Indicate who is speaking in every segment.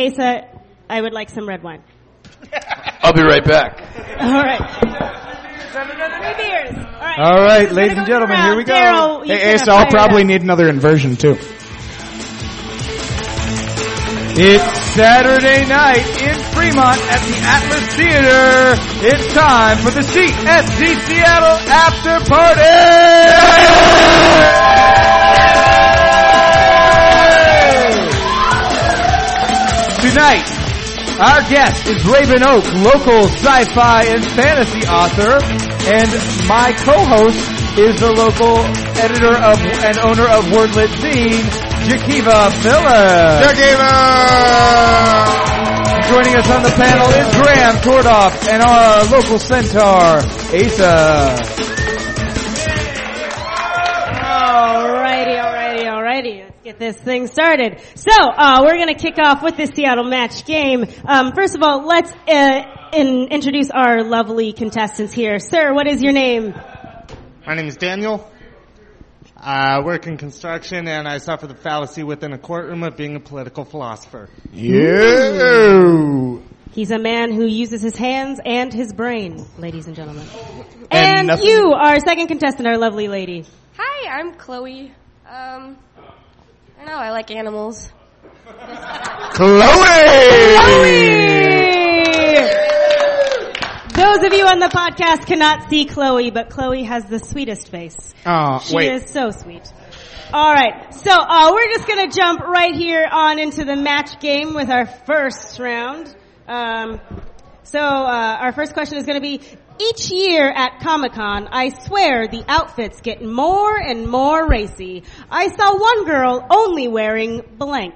Speaker 1: Asa, I would like some red wine.
Speaker 2: I'll be right back.
Speaker 1: All right. Three beers. All right.
Speaker 3: All right,
Speaker 1: Gotta
Speaker 3: ladies and
Speaker 1: go to the
Speaker 3: gentlemen, here we go.
Speaker 1: round. Daryl, you
Speaker 4: Hey,
Speaker 1: can,
Speaker 4: Asa,
Speaker 1: uh,
Speaker 4: I'll
Speaker 1: fire it
Speaker 4: probably
Speaker 1: up.
Speaker 4: need another inversion too.
Speaker 3: It's Saturday night in Fremont at the Atlas Theater. It's time for the CSC Seattle After Party! Tonight, our guest is Raven Oak, local sci-fi and fantasy author, and my co-host is the local editor of and owner of Wordlit Scene, Jakiva Miller. Joining us on the panel is Graham Tordoff and our local centaur, Asa.
Speaker 1: Alrighty, alrighty, alrighty. Let's get this thing started. So, uh, we're gonna kick off with the Seattle match game. Um, first of all, let's, uh, in, introduce our lovely contestants here. Sir, what is your name?
Speaker 5: My name is Daniel. I work in construction and I suffer the fallacy within a courtroom of being a political philosopher.
Speaker 4: You.
Speaker 1: He's a man who uses his hands and his brain, ladies and gentlemen.
Speaker 4: And
Speaker 1: And,
Speaker 4: nothing-
Speaker 1: you, our second contestant, our lovely lady.
Speaker 6: Hi, I'm Chloe. Um, I don't know, I like animals.
Speaker 4: Chloe!
Speaker 1: Those of you on the podcast cannot see Chloe, but Chloe has the sweetest face.
Speaker 5: Oh,
Speaker 1: She is so sweet. All right, so uh, we're just gonna jump right here on into the match game with our first round. Um, so uh, our first question is gonna be: Each year at Comic Con, I swear the outfits get more and more racy. I saw one girl only wearing blank.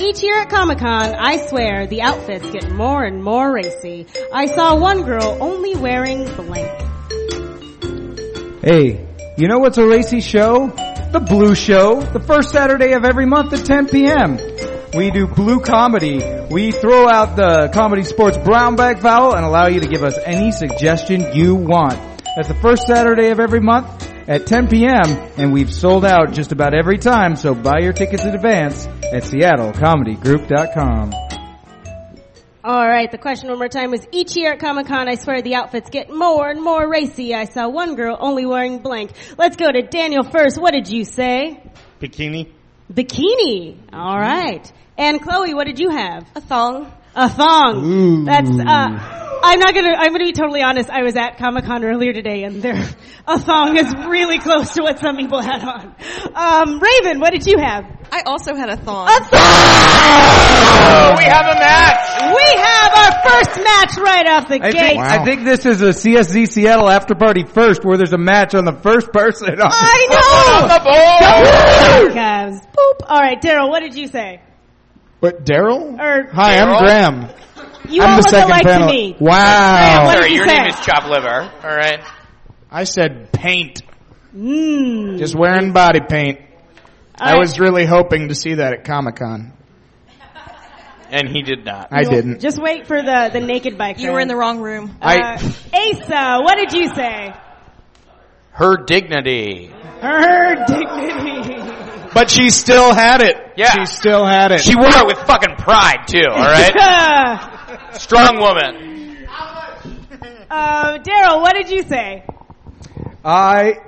Speaker 1: Each year at Comic Con, I swear the outfits get more and more racy. I saw one girl only wearing blank.
Speaker 3: Hey, you know what's a racy show? The Blue Show, the first Saturday of every month at 10 p.m. We do blue comedy. We throw out the comedy sports brown bag foul and allow you to give us any suggestion you want. That's the first Saturday of every month at 10 p.m. and we've sold out just about every time, so buy your tickets in advance at seattlecomedygroup.com.
Speaker 1: All right, the question one more time was each year at Comic Con, I swear the outfits get more and more racy. I saw one girl only wearing blank. Let's go to Daniel first. What did you say?
Speaker 5: Bikini.
Speaker 1: Bikini. All right. And Chloe, what did you have?
Speaker 6: A thong.
Speaker 1: A thong. That's, uh, I'm not gonna, I'm gonna be totally honest. I was at Comic Con earlier today and there, a thong is really close to what some people had on. Um, Raven, what did you have?
Speaker 7: I also had a thong.
Speaker 1: A
Speaker 2: we have a match.
Speaker 1: We have our first match right off the
Speaker 3: I
Speaker 1: gate.
Speaker 3: think, I think this is a CSZ Seattle after party first where there's a match on the first person. On
Speaker 1: I know!
Speaker 2: On the board.
Speaker 1: Cavs. Boop. All right, Daryl, what did you say?
Speaker 4: What, Daryl?
Speaker 1: Or
Speaker 4: Hi,
Speaker 2: Daryl?
Speaker 4: I'm Graham.
Speaker 1: you
Speaker 4: I'm
Speaker 1: all
Speaker 4: the
Speaker 1: look
Speaker 4: second
Speaker 1: alike
Speaker 4: panel.
Speaker 1: to me.
Speaker 4: Wow.
Speaker 1: What did
Speaker 2: Sorry,
Speaker 1: you
Speaker 2: your
Speaker 1: say?
Speaker 2: name is Chop Liver. All right.
Speaker 4: I said paint.
Speaker 1: Mm.
Speaker 4: Just wearing body paint.
Speaker 1: All
Speaker 4: I
Speaker 1: right.
Speaker 4: was really hoping to see that at Comic Con.
Speaker 2: And he did not.
Speaker 4: I didn't.
Speaker 1: Just wait for the the naked bike. Uh,
Speaker 7: You were in the wrong room.
Speaker 4: I-
Speaker 1: Asa, what did you say?
Speaker 2: Her dignity.
Speaker 1: Her dignity.
Speaker 4: But she still had it.
Speaker 2: Yeah.
Speaker 4: She still had it.
Speaker 2: She wore it with fucking pride too. All right. Strong woman.
Speaker 1: uh, Daryl, what did you say?
Speaker 3: I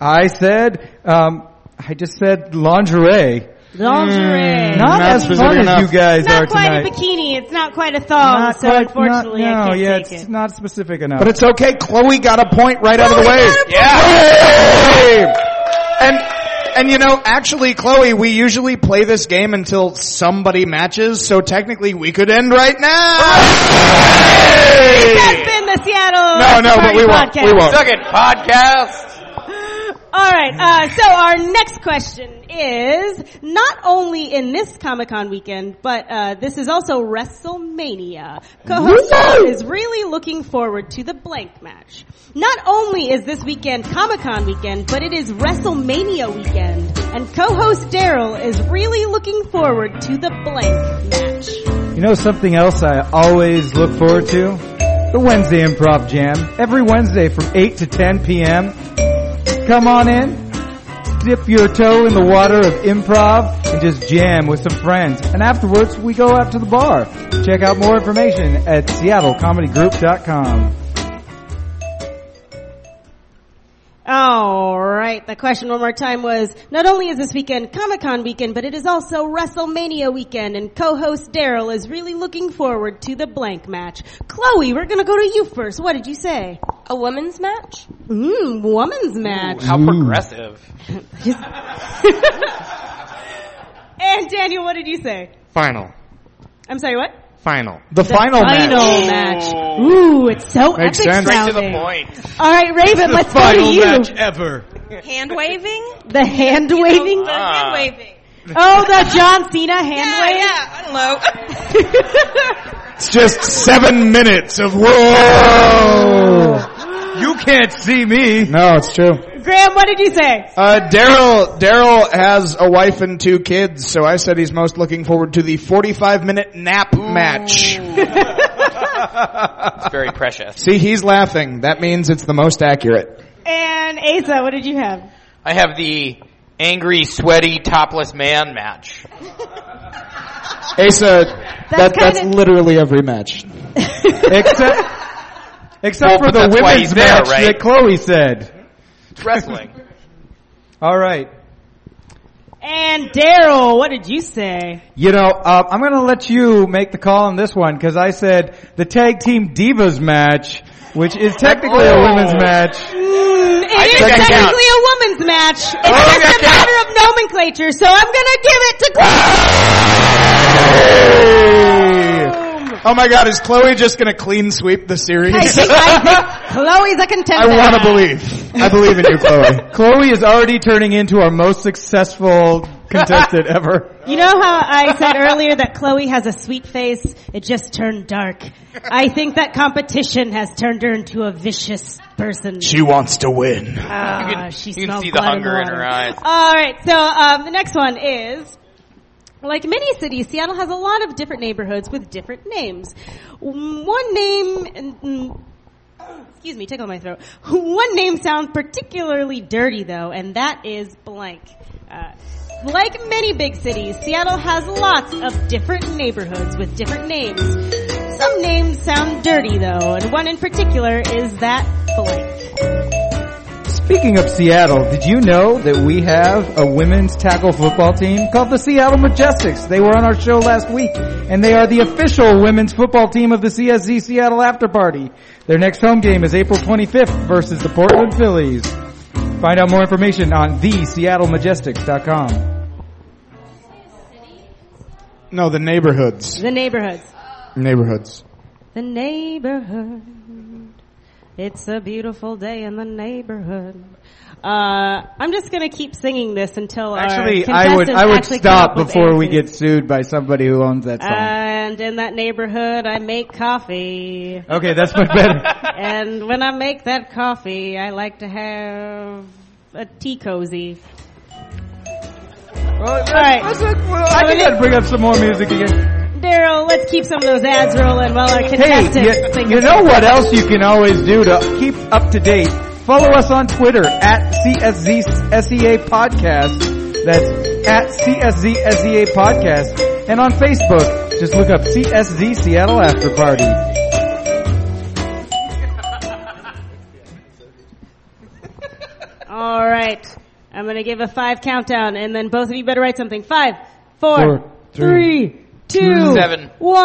Speaker 3: I said um, I just said lingerie.
Speaker 1: Lingerie.
Speaker 3: Not
Speaker 4: Hmm. not
Speaker 3: as
Speaker 4: specific
Speaker 3: fun
Speaker 4: enough.
Speaker 3: as you guys
Speaker 1: Not
Speaker 3: are
Speaker 1: quite
Speaker 3: tonight.
Speaker 1: a bikini. It's not quite a thong.
Speaker 3: Not
Speaker 1: so
Speaker 3: quite-
Speaker 1: unfortunately,
Speaker 3: not, no,
Speaker 1: I can't
Speaker 3: yeah,
Speaker 1: take
Speaker 3: it's
Speaker 1: it.
Speaker 3: not specific enough.
Speaker 4: But it's okay. Chloe got a point right out of the way.
Speaker 2: Yeah.
Speaker 4: Hey! And and you know, actually, Chloe, we usually play this game until somebody matches. So technically, we could end right
Speaker 1: That's
Speaker 4: now.
Speaker 1: been the Seattle.
Speaker 4: No, no, but
Speaker 1: Party
Speaker 4: we won't.
Speaker 1: Podcast.
Speaker 4: We won't.
Speaker 2: Second podcast.
Speaker 1: All right. Uh, so our next question is not only in this Comic Con weekend, but uh, this is also WrestleMania. Co-host Sean is really looking forward to the blank match. Not only is this weekend Comic Con weekend, but it is WrestleMania weekend, and co-host Daryl is really looking forward to the blank match.
Speaker 3: you know something else I always look forward to? The Wednesday Improv Jam. Every Wednesday from 8 to 10 p.m. Come on in. Dip your toe in the water of improv. and just jam with some friends. And afterwards, we go out to the bar. Check out more information at seattlecomedygroup.com.
Speaker 1: All right. The question one more time was, not only is this weekend Comic Con weekend, but it is also WrestleMania weekend, and co-host Daryl is really looking forward to the blank match. Chloe, we're gonna go to you first. What did you say?
Speaker 6: A women's match?
Speaker 1: Mmm, woman's match.
Speaker 2: How progressive.
Speaker 1: And Daniel, what did you say?
Speaker 5: Final.
Speaker 1: I'm sorry, what?
Speaker 5: Final.
Speaker 4: The, final, match.
Speaker 1: Final match. Ooh, it's so
Speaker 4: Makes
Speaker 1: epic
Speaker 4: sense.
Speaker 2: Right to the
Speaker 1: sounding.
Speaker 2: point.
Speaker 1: All right, Raven, let's go to
Speaker 8: Final
Speaker 1: you.
Speaker 8: match ever.
Speaker 7: Hand waving?
Speaker 1: The hand waving.
Speaker 7: The hand waving.
Speaker 1: Oh, the John Cena hand
Speaker 7: Yeah,
Speaker 1: wave.
Speaker 7: yeah, I don't know.
Speaker 4: It's just seven minutes of whoa.
Speaker 3: You can't see me.
Speaker 4: No, it's true.
Speaker 1: Graham, what did you say?
Speaker 4: Uh, Daryl, Daryl has a wife and two kids, so I said he's most looking forward to the 45 minute nap match.
Speaker 2: It's very precious.
Speaker 4: See, he's laughing. That means it's the most accurate.
Speaker 1: And Asa, what did you have?
Speaker 2: I have the angry, sweaty, topless man match.
Speaker 4: Asa, that,
Speaker 1: That's
Speaker 4: that's
Speaker 1: kinda-
Speaker 4: literally every match.
Speaker 3: Except, except
Speaker 2: Well,
Speaker 3: for
Speaker 2: but
Speaker 3: the
Speaker 2: that's why
Speaker 3: women's
Speaker 2: he's there,
Speaker 3: match
Speaker 2: right?
Speaker 3: that Chloe said.
Speaker 2: It's wrestling.
Speaker 3: All right.
Speaker 1: And Daryl, what did you say?
Speaker 3: You know, uh, I'm going to let you make the call on this one because I said the tag team divas match, which is technically a women's
Speaker 4: Oh.
Speaker 3: match.
Speaker 1: Mm, it is
Speaker 2: that
Speaker 1: technically
Speaker 2: counts.
Speaker 1: a woman's match. It's
Speaker 2: that
Speaker 1: just a matter of nomenclature, so I'm gonna give it to Chloe.
Speaker 4: Oh my god, is Chloe just gonna clean sweep the series?
Speaker 1: I think, I think Chloe's a
Speaker 4: I
Speaker 1: contender.
Speaker 4: wanna believe. I believe in you, Chloe.
Speaker 3: Chloe is already turning into our most successful contestant ever.
Speaker 1: You know how I said earlier that Chloe has a sweet face? It just turned dark. I think that competition has turned her into a vicious person.
Speaker 4: She wants to win.
Speaker 1: Ah,
Speaker 2: You can-
Speaker 1: she
Speaker 2: you can
Speaker 1: smells
Speaker 2: see the
Speaker 1: blood and
Speaker 2: hunger in
Speaker 1: water.
Speaker 2: her eyes.
Speaker 1: All right, so um, the next one is. Like many cities, Seattle has a lot of different neighborhoods with different names. One name, mm, excuse me, tickle my throat. One name sounds particularly dirty though, and that is blank. Uh, like many big cities, Seattle has lots of different neighborhoods with different names. Some names sound dirty though, and one in particular is that blank.
Speaker 3: Speaking of Seattle, did you know that we have a women's tackle football team called the Seattle Majestics? They were on our show last week, and they are the official women's football team of the CSZ Seattle After Party. Their next home game is April 25th versus the Portland Phillies. Find out more information on theseattlemagistics.com.
Speaker 4: No, the neighborhoods.
Speaker 1: The neighborhoods.
Speaker 4: Neighborhoods.
Speaker 1: The neighborhood. It's a beautiful day in the neighborhood. Uh, I'm just gonna keep singing this until
Speaker 3: Actually,
Speaker 1: our
Speaker 3: I would
Speaker 1: contestants
Speaker 3: I would
Speaker 1: actually come
Speaker 3: stop
Speaker 1: up with
Speaker 3: before we
Speaker 1: answers. Uh,
Speaker 3: get sued by somebody who owns that song.
Speaker 1: And in that neighborhood, I make coffee.
Speaker 3: okay, that's much better.
Speaker 1: and when I make that coffee, I like to have a tea cozy.
Speaker 3: Well,
Speaker 1: All right.
Speaker 3: that's- that's- well, I think I'd bring up some more music again.
Speaker 1: Daryl, let's keep some of those ads rolling while our
Speaker 3: Hey,
Speaker 1: contestants
Speaker 3: you,
Speaker 1: sing
Speaker 3: you
Speaker 1: this
Speaker 3: know what else you can always do to keep up to date? Follow us on Twitter at CSZSEA E Podcast. That's at CSZSEA E Podcast. And on Facebook, just look up CSZ Seattle After Party.
Speaker 1: All right. I'm going to give a five countdown, and then both of you better write something. Five, four,
Speaker 3: Four,
Speaker 1: three, two,
Speaker 2: Seven,
Speaker 1: one,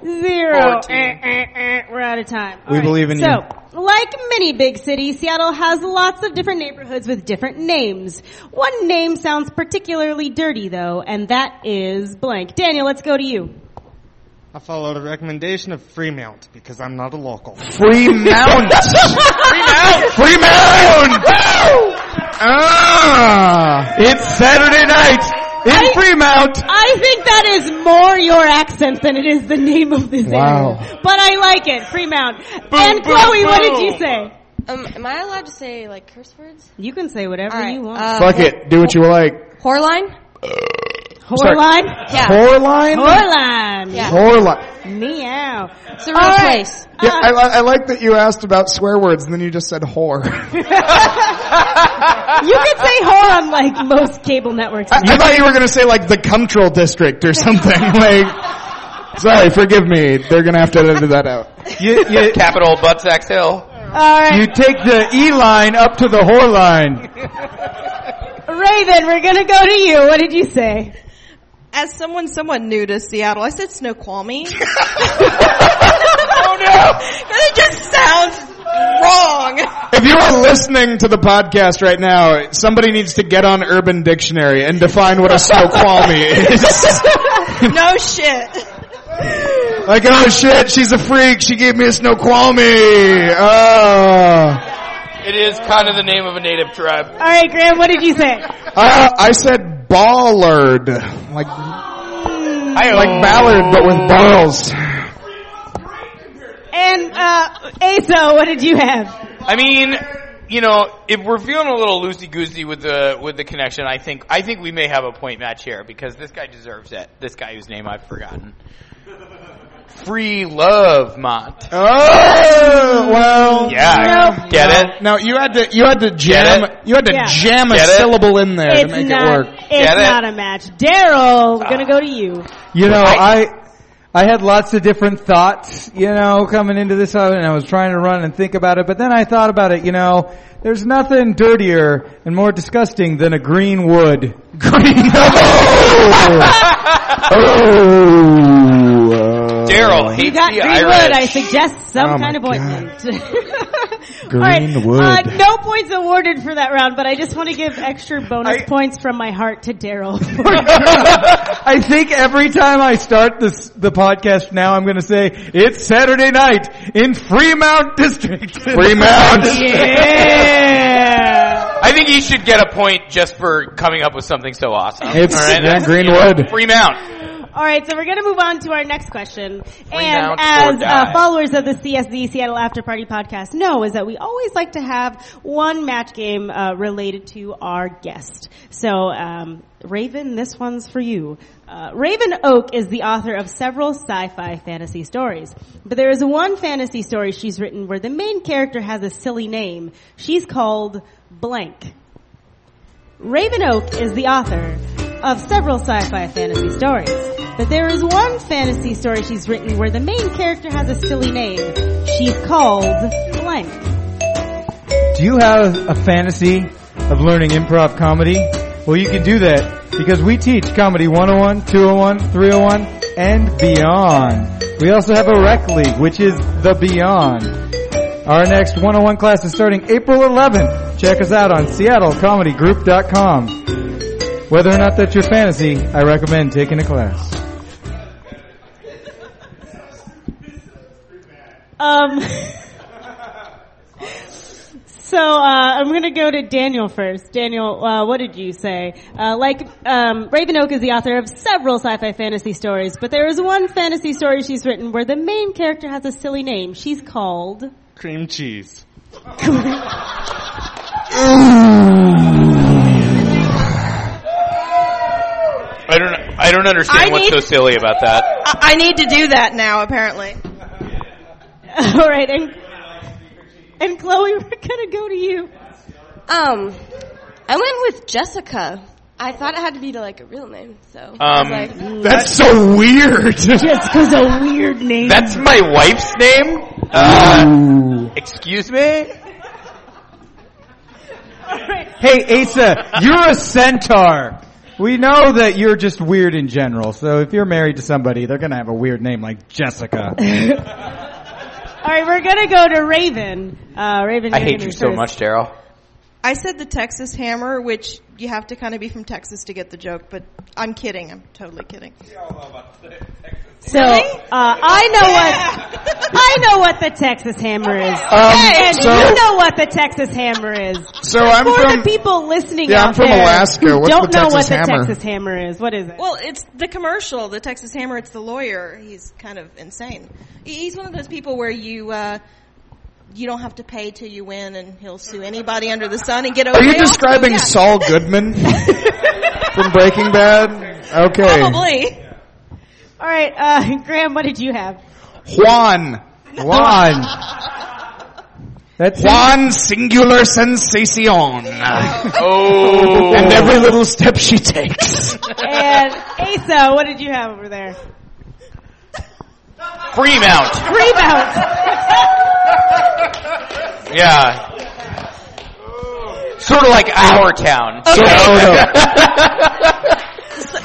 Speaker 2: nine,
Speaker 1: zero.
Speaker 2: fourteen.
Speaker 1: Eh, eh, eh, We're out of time. All
Speaker 4: We
Speaker 1: right.
Speaker 4: believe in
Speaker 1: so, like many big cities, Seattle has lots of different neighborhoods with different names. One name sounds particularly dirty, though, and that is blank. Daniel, let's go to you.
Speaker 5: I followed a recommendation of Fremont because I'm not a local.
Speaker 4: Free Mount! Free Mount! ah! It's Saturday night in
Speaker 1: I-
Speaker 4: Fremont!
Speaker 1: I think that is more your accent than it is the name of this
Speaker 4: Wow.
Speaker 1: area. But I like it, Fremont. and Chloe, what did you say?
Speaker 6: Um, am I allowed to say, like, curse words?
Speaker 1: You can say whatever
Speaker 7: uh,
Speaker 6: All right,
Speaker 1: you want.
Speaker 6: uh,
Speaker 4: Fuck it, do what you like.
Speaker 6: Whoreline?
Speaker 1: Horline?
Speaker 6: Yeah.
Speaker 4: Coraline?
Speaker 1: Horline.
Speaker 6: Yeah.
Speaker 4: Coraline.
Speaker 1: Meow.
Speaker 6: It's a real
Speaker 1: All right.
Speaker 6: place.
Speaker 1: Uh.
Speaker 4: Yeah, I, li- I like that you asked about swear words and then you just said whore. I,
Speaker 1: You can say whore on like most cable networks.
Speaker 4: I thought you were gonna say like the Cumtrol district or something. like, sorry, forgive me. They're gonna have to edit that out.
Speaker 3: You, you,
Speaker 2: Capital Buttsack Hill.
Speaker 1: Alright.
Speaker 3: you take the E line up to the whore line.
Speaker 1: Raven, we're gonna go to you. What did you say?
Speaker 7: As someone somewhat new to Seattle, I said Snoqualmie. oh no! It just sounds wrong.
Speaker 4: If you are listening to the podcast right now, somebody needs to get on Urban Dictionary and define what a Snoqualmie is.
Speaker 7: No shit.
Speaker 4: like, oh shit, she's a freak. She gave me a Snoqualmie. Oh.
Speaker 2: It is kind of the name of a native tribe.
Speaker 1: Alright, Graham, what did you say?
Speaker 3: Ah,
Speaker 4: Uh, I said ballard, like
Speaker 2: I
Speaker 4: like ballard, but with balls.
Speaker 1: And uh Aso, what did you have?
Speaker 2: I mean, you know, if we're feeling a little loosey goosey with the with the connection, I think I think we may have a point match here because this guy deserves it. This guy whose name I've forgotten. Free love, Mont.
Speaker 4: Oh well.
Speaker 2: Yeah, get it?
Speaker 4: No, you had to you had to
Speaker 2: Get
Speaker 4: jam
Speaker 2: it?
Speaker 4: you had to
Speaker 1: Yeah.
Speaker 4: jam a
Speaker 2: Get it?
Speaker 4: syllable in there to
Speaker 1: It's
Speaker 4: make
Speaker 1: not
Speaker 4: it work.
Speaker 1: it's
Speaker 2: Get it?
Speaker 1: not a match. Daryl, we're gonna go to you.
Speaker 3: You know,
Speaker 2: Right.
Speaker 3: I I had lots of different thoughts, you know, coming into this uh, and I was trying to run and think about it, but then I thought about it, you know, there's nothing dirtier and more disgusting than a green wood.
Speaker 4: Green. oh. uh,
Speaker 2: Daryl
Speaker 1: You
Speaker 2: hates
Speaker 1: got
Speaker 2: the
Speaker 1: Greenwood.
Speaker 2: Irish.
Speaker 1: I suggest some
Speaker 4: Oh my
Speaker 1: kind of ointment.
Speaker 4: Greenwood.
Speaker 1: All right, uh, no points awarded for that round, but I just want to give extra bonus points from my heart to Daryl.
Speaker 3: I think every time I start this the podcast now, I'm going to say it's Saturday night in Fremont District.
Speaker 4: Fremont.
Speaker 1: yeah.
Speaker 2: I think he should get a point just for coming up with something so awesome.
Speaker 4: It's
Speaker 2: All right?
Speaker 4: yeah, Greenwood.
Speaker 2: Free mount.
Speaker 1: All right, so we're going to move on to our next question. and
Speaker 2: rounds
Speaker 1: as
Speaker 2: or die.
Speaker 1: uh, followers of the CSD Seattle After Party podcast know, is that we always like to have one match game uh, related to our guest. So, um, Raven, this one's for you. Uh, Raven Oak is the author of several sci-fi fantasy stories, but there is one fantasy story she's written where the main character has a silly name. She's called blank. Raven Oak is the author of several sci-fi fantasy stories, but there is one fantasy story she's written where the main character has a silly name. She's called blank.
Speaker 3: Do you have a fantasy of learning improv comedy? Well, you can do that because we teach comedy 101, 201, 301, and beyond. We also have a rec league, which is the beyond. Our next 101 class is starting April 11th. Check us out on seattlecomedygroup.com. Whether or not that's your fantasy, I recommend taking a class.
Speaker 1: Um. So uh, I'm going to go to Daniel first. Daniel, uh, what did you say? Uh, like um, Raven Oak is the author of several sci-fi fantasy stories, but there is one fantasy story she's written where the main character has a silly name. She's called
Speaker 5: Cream cheese.
Speaker 2: I don't. I don't understand
Speaker 7: I
Speaker 2: what's so
Speaker 7: need-
Speaker 2: silly about that.
Speaker 7: I, I need to do that now, apparently.
Speaker 1: All right, and and Chloe, we're gonna go to you.
Speaker 6: Um, I went with Jessica. I thought it had to be to like a real name, so I
Speaker 2: Um,
Speaker 6: was like,
Speaker 4: That's so weird.
Speaker 1: Jessica's a weird name.
Speaker 2: That's my wife's name. Uh, excuse me.
Speaker 3: Hey, Asa, you're a centaur. We know that you're just weird in general, so if you're married to somebody, they're gonna have a weird name like Jessica.
Speaker 1: All right, we're gonna go to Raven. Uh, Raven,
Speaker 2: I
Speaker 1: you're
Speaker 2: hate
Speaker 1: gonna
Speaker 2: you
Speaker 1: be
Speaker 2: so
Speaker 1: first.
Speaker 2: much, Daryl.
Speaker 7: I said the Texas Hammer, which you have to kind of be from Texas to get the joke, but I'm kidding. I'm totally kidding.
Speaker 1: So uh, I know what I know what the Texas Hammer is,
Speaker 4: Um,
Speaker 1: and
Speaker 4: so,
Speaker 1: you know what the Texas Hammer is.
Speaker 4: so I'm
Speaker 1: For
Speaker 4: from
Speaker 1: the people listening
Speaker 4: Yeah,
Speaker 1: out
Speaker 4: I'm from
Speaker 1: there
Speaker 4: Alaska.
Speaker 1: who
Speaker 4: What's
Speaker 1: don't
Speaker 4: the
Speaker 1: know what
Speaker 4: Texas
Speaker 1: the
Speaker 4: Hammer?
Speaker 1: Texas Hammer is, what is it?
Speaker 7: Well, it's the commercial, the Texas Hammer. It's the lawyer. He's kind of insane. He- He's one of those people where you uh, you don't have to pay till you win, and he'll sue anybody under the sun and get.
Speaker 4: Are you
Speaker 7: away off-
Speaker 4: describing
Speaker 7: Yeah.
Speaker 4: Saul Goodman from Breaking Bad? Okay.
Speaker 7: Probably.
Speaker 1: All right, uh, Graham, what did you have?
Speaker 4: Juan.
Speaker 3: Juan. That's it.
Speaker 4: Juan singular sensacion.
Speaker 2: Oh.
Speaker 4: and every little step she takes.
Speaker 1: And Asa, what did you have over there?
Speaker 2: free mount.
Speaker 1: Rebound.
Speaker 2: Yeah. Sort of like our town.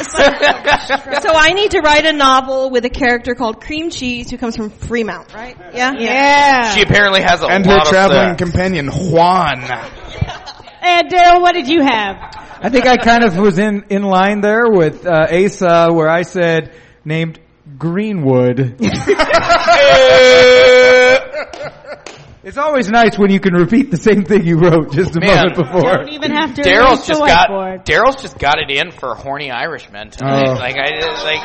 Speaker 7: So I need to write a novel with a character called Cream Cheese who comes from Fremont, right? Yeah?
Speaker 1: yeah.
Speaker 2: She apparently has a
Speaker 4: and her
Speaker 2: lot
Speaker 4: traveling
Speaker 2: of sex.
Speaker 4: companion, Juan.
Speaker 1: And Daryl, what did you have?
Speaker 3: I think I kind of was in, in line there with uh, Asa, where I said named Greenwood. it's always nice when you can repeat the same thing you wrote just a
Speaker 2: Man.
Speaker 3: moment before.
Speaker 1: Don't even have to erase
Speaker 2: Daryl's
Speaker 1: the
Speaker 2: just got
Speaker 1: whiteboard.
Speaker 2: Daryl's just got it in for horny Irishmen tonight.
Speaker 3: Oh.
Speaker 2: Like I just like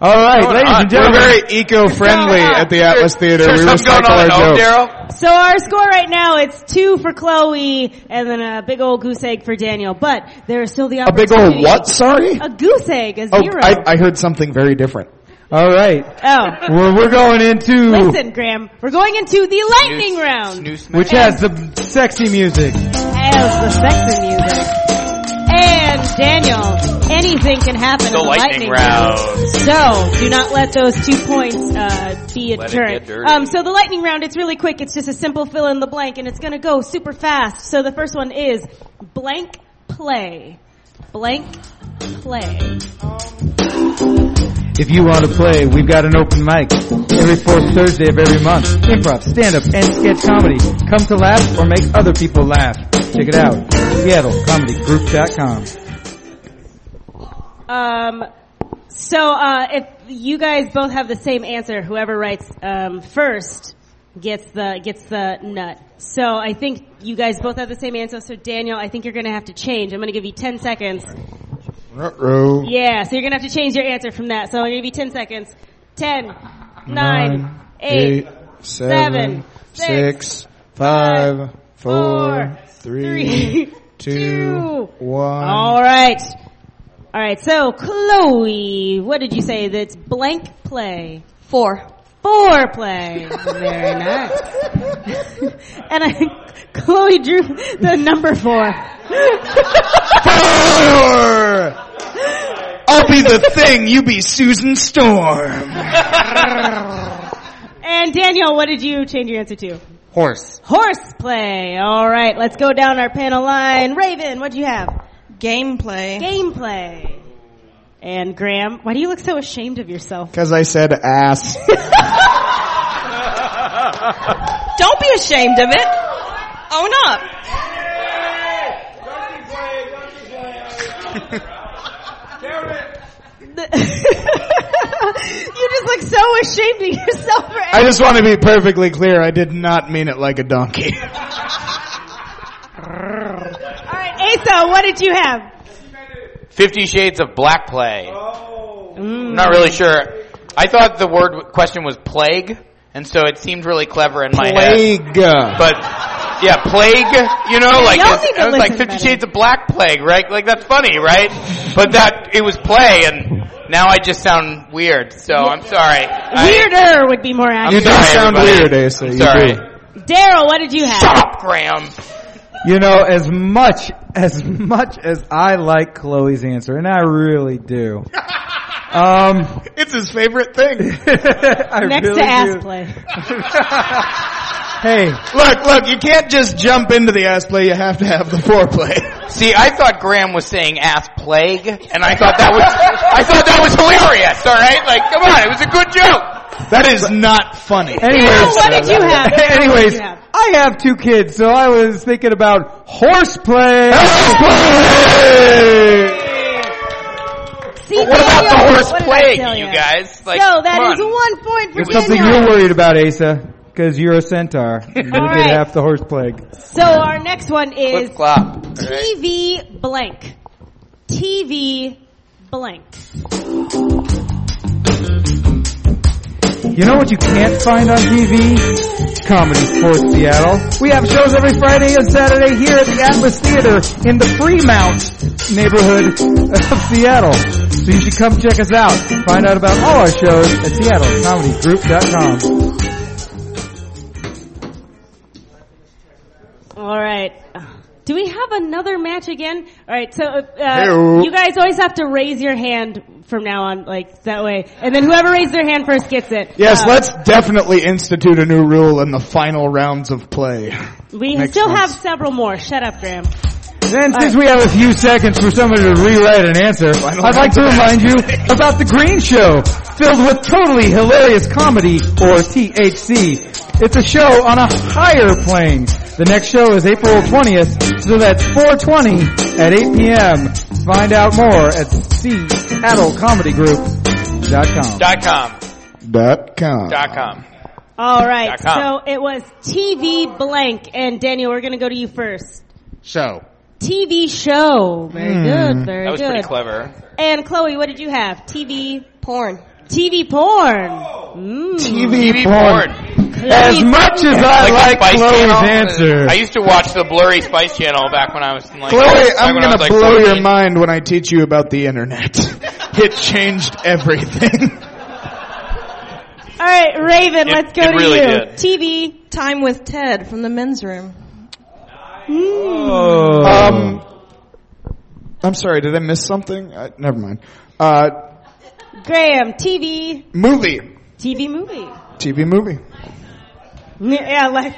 Speaker 3: All right,
Speaker 2: Going
Speaker 3: ladies
Speaker 2: on.
Speaker 3: and
Speaker 4: We're
Speaker 3: gentlemen.
Speaker 4: very eco-friendly at the Atlas Theater.
Speaker 2: there's
Speaker 4: We
Speaker 2: something going
Speaker 4: recycle
Speaker 2: on
Speaker 4: our
Speaker 2: at home,
Speaker 4: jokes.
Speaker 2: Daryl.
Speaker 1: So our score right now, it's two for Chloe and then a big old goose egg for Daniel. But there is still the
Speaker 4: A big
Speaker 1: opportunity.
Speaker 4: old what? Sorry.
Speaker 1: A goose egg, a
Speaker 4: Oh,
Speaker 1: zero.
Speaker 4: I, I heard something very different.
Speaker 3: All right.
Speaker 1: oh.
Speaker 3: Well, we're going into
Speaker 1: Listen, Graham, we're going into the lightning round.
Speaker 2: Snooze
Speaker 3: which has the sexy music.
Speaker 1: as the sexy music. And Daniel, anything can happen
Speaker 2: The
Speaker 1: in the
Speaker 2: lightning
Speaker 1: lightning,
Speaker 2: round.
Speaker 1: So do not let those two points uh, be a
Speaker 2: Let it
Speaker 1: deterrent.
Speaker 2: get dirty.
Speaker 1: Um, so the lightning round, it's really quick. It's just a simple fill in the blank, and it's going to go super fast. So the first one is blank play. Blank play.
Speaker 3: If you want to play, we've got an open mic every fourth Thursday of every month. Improv, stand up, and sketch comedy. Come to laugh or make other people laugh. Check it out. SeattleComedyGroup.com.
Speaker 1: Um, so uh, if you guys both have the same answer, whoever writes um, first gets the gets the nut. So I think you guys both have the same answer. So Daniel, I think you're going to have to change. I'm going to give you 10 seconds.
Speaker 4: Uh-oh.
Speaker 1: Yeah, so you're going to have to change your answer from that. So I'm going to give you 10 seconds. 10, 9,
Speaker 4: Nine,
Speaker 1: 8, seven, six,
Speaker 4: six, five,
Speaker 1: four,
Speaker 4: four,
Speaker 1: three,
Speaker 4: three, two,
Speaker 1: two.
Speaker 4: one.
Speaker 1: All right. All right. So Chloe, what did you say? That's blank play.
Speaker 6: Four.
Speaker 1: Foreplay. Very nice. and I, Chloe drew the number four.
Speaker 4: Four! I'll be the thing, you be Susan Storm.
Speaker 1: And Daniel, what did you change your answer to?
Speaker 5: Horse.
Speaker 1: Horseplay. All right, let's go down our panel line. Raven, what do you have?
Speaker 7: Gameplay.
Speaker 1: Gameplay. And Graham, why do you look so ashamed of yourself?
Speaker 4: Cause I said ass.
Speaker 7: Don't be ashamed of it. Own up.
Speaker 1: you just look so ashamed of yourself for
Speaker 4: I just want to be perfectly clear, I did not mean it like a donkey.
Speaker 1: All right, Asa, what did you have?
Speaker 2: Fifty Shades of Black play. I'm not really sure. I thought the word question was plague, and so it seemed really clever in my head.
Speaker 4: Plague.
Speaker 2: But yeah, plague. You know, like
Speaker 1: y'all
Speaker 2: it's-
Speaker 1: need to
Speaker 2: it was like
Speaker 1: listen
Speaker 2: Fifty
Speaker 1: better.
Speaker 2: Shades of Black plague, right? Like that's funny, right? But that it was play, and now I just sound weird. So I'm sorry. I-
Speaker 1: Weirder would be more
Speaker 2: I'm
Speaker 1: accurate.
Speaker 4: You do
Speaker 2: sorry,
Speaker 4: sound
Speaker 2: everybody.
Speaker 4: weird, Asa,
Speaker 2: I'm
Speaker 4: you
Speaker 2: sorry.
Speaker 4: do.
Speaker 1: Daryl, what did you have?
Speaker 2: Shut up, Graham.
Speaker 3: You know, as much, as much as I like Chloe's answer, and I really do. Um,
Speaker 4: It's his favorite thing.
Speaker 3: I
Speaker 1: Next
Speaker 3: really
Speaker 1: to ass
Speaker 3: do.
Speaker 1: play.
Speaker 3: Hey,
Speaker 4: Look, look, you can't just jump into the ass play, you have to have the foreplay.
Speaker 2: See, I thought Graham was saying ass plague, and I thought that was, I thought that was hilarious, alright? Like, come on, it was a good joke.
Speaker 4: That is not funny.
Speaker 3: anyways.
Speaker 1: Daryl, what did you have? Daryl, what did
Speaker 3: Anyways,
Speaker 1: you have?
Speaker 3: I have two kids, so I was thinking about horseplay.
Speaker 1: See,
Speaker 2: What about the
Speaker 1: Daniel,
Speaker 2: horse
Speaker 1: what did I
Speaker 2: plague,
Speaker 1: tell
Speaker 2: you
Speaker 1: ya?
Speaker 2: guys? Like,
Speaker 1: so that
Speaker 2: come
Speaker 1: is
Speaker 2: on.
Speaker 1: one point for
Speaker 3: It's something
Speaker 1: Daniel.
Speaker 3: you're worried about, Asa, because you're a centaur. You're gonna
Speaker 1: All right.
Speaker 3: get half the horse plague.
Speaker 1: So our next one is
Speaker 2: Flip flop.
Speaker 1: TV blank. TV blank.
Speaker 3: You know what you can't find on TV? Comedy Sports Seattle. We have shows every Friday and Saturday here at the Atlas Theater in the Fremont neighborhood of Seattle. So you should come check us out. Find out about all our shows at SeattleComedyGroup.com.
Speaker 1: All right. Do we have another match again? All right. So uh,
Speaker 9: Hey-o.
Speaker 1: you guys always have to raise your hand from now on, like that way, and then whoever raised their hand first gets it.
Speaker 9: Yes,
Speaker 1: Uh,
Speaker 9: let's definitely institute a new rule in the final rounds of play.
Speaker 1: We
Speaker 9: Makes
Speaker 1: still
Speaker 9: sense.
Speaker 1: have several more. Shut up, Graham.
Speaker 3: Then since we have a few seconds for somebody to rewrite an answer, I'd like to remind you about The Green Show, filled with totally hilarious comedy, or THC. It's a show on a higher plane. The next show is April 20th, so that's 420 at 8 p.m. Find out more at
Speaker 2: Dot
Speaker 3: SeattleComedyGroup.com.
Speaker 2: com.
Speaker 9: Dot com.
Speaker 2: Dot com.
Speaker 1: All right.
Speaker 2: Dot com.
Speaker 1: So it was TV blank, and Daniel, we're gonna go to you first.
Speaker 5: Show.
Speaker 1: TV show. Very
Speaker 3: Hmm.
Speaker 1: good. Very
Speaker 2: That was
Speaker 1: good.
Speaker 2: pretty clever.
Speaker 1: And Chloe, what did you have? TV.
Speaker 10: Porn.
Speaker 1: TV porn.
Speaker 2: Oh.
Speaker 1: Mm.
Speaker 9: TV
Speaker 2: Porn.
Speaker 9: porn.
Speaker 3: As much as I like,
Speaker 2: Spice Channel.
Speaker 3: Chloe's answer,
Speaker 2: I used to watch the blurry Spice Channel back when I was like.
Speaker 9: Chloe,
Speaker 2: back
Speaker 9: I'm
Speaker 2: when I
Speaker 9: gonna
Speaker 2: was, like,
Speaker 9: blow
Speaker 2: 14.
Speaker 9: your mind when I teach you about the internet. it changed everything.
Speaker 1: All right, Raven,
Speaker 2: It-
Speaker 1: let's go
Speaker 2: it
Speaker 1: to
Speaker 2: really
Speaker 1: you.
Speaker 2: did.
Speaker 1: TV.
Speaker 11: Time with Ted from the men's room.
Speaker 3: Oh.
Speaker 9: Um, I'm sorry, did I miss something? Uh, never mind. Uh,
Speaker 1: Graham, TV.
Speaker 9: movie.
Speaker 1: TV movie.
Speaker 9: TV movie.
Speaker 1: Yeah, like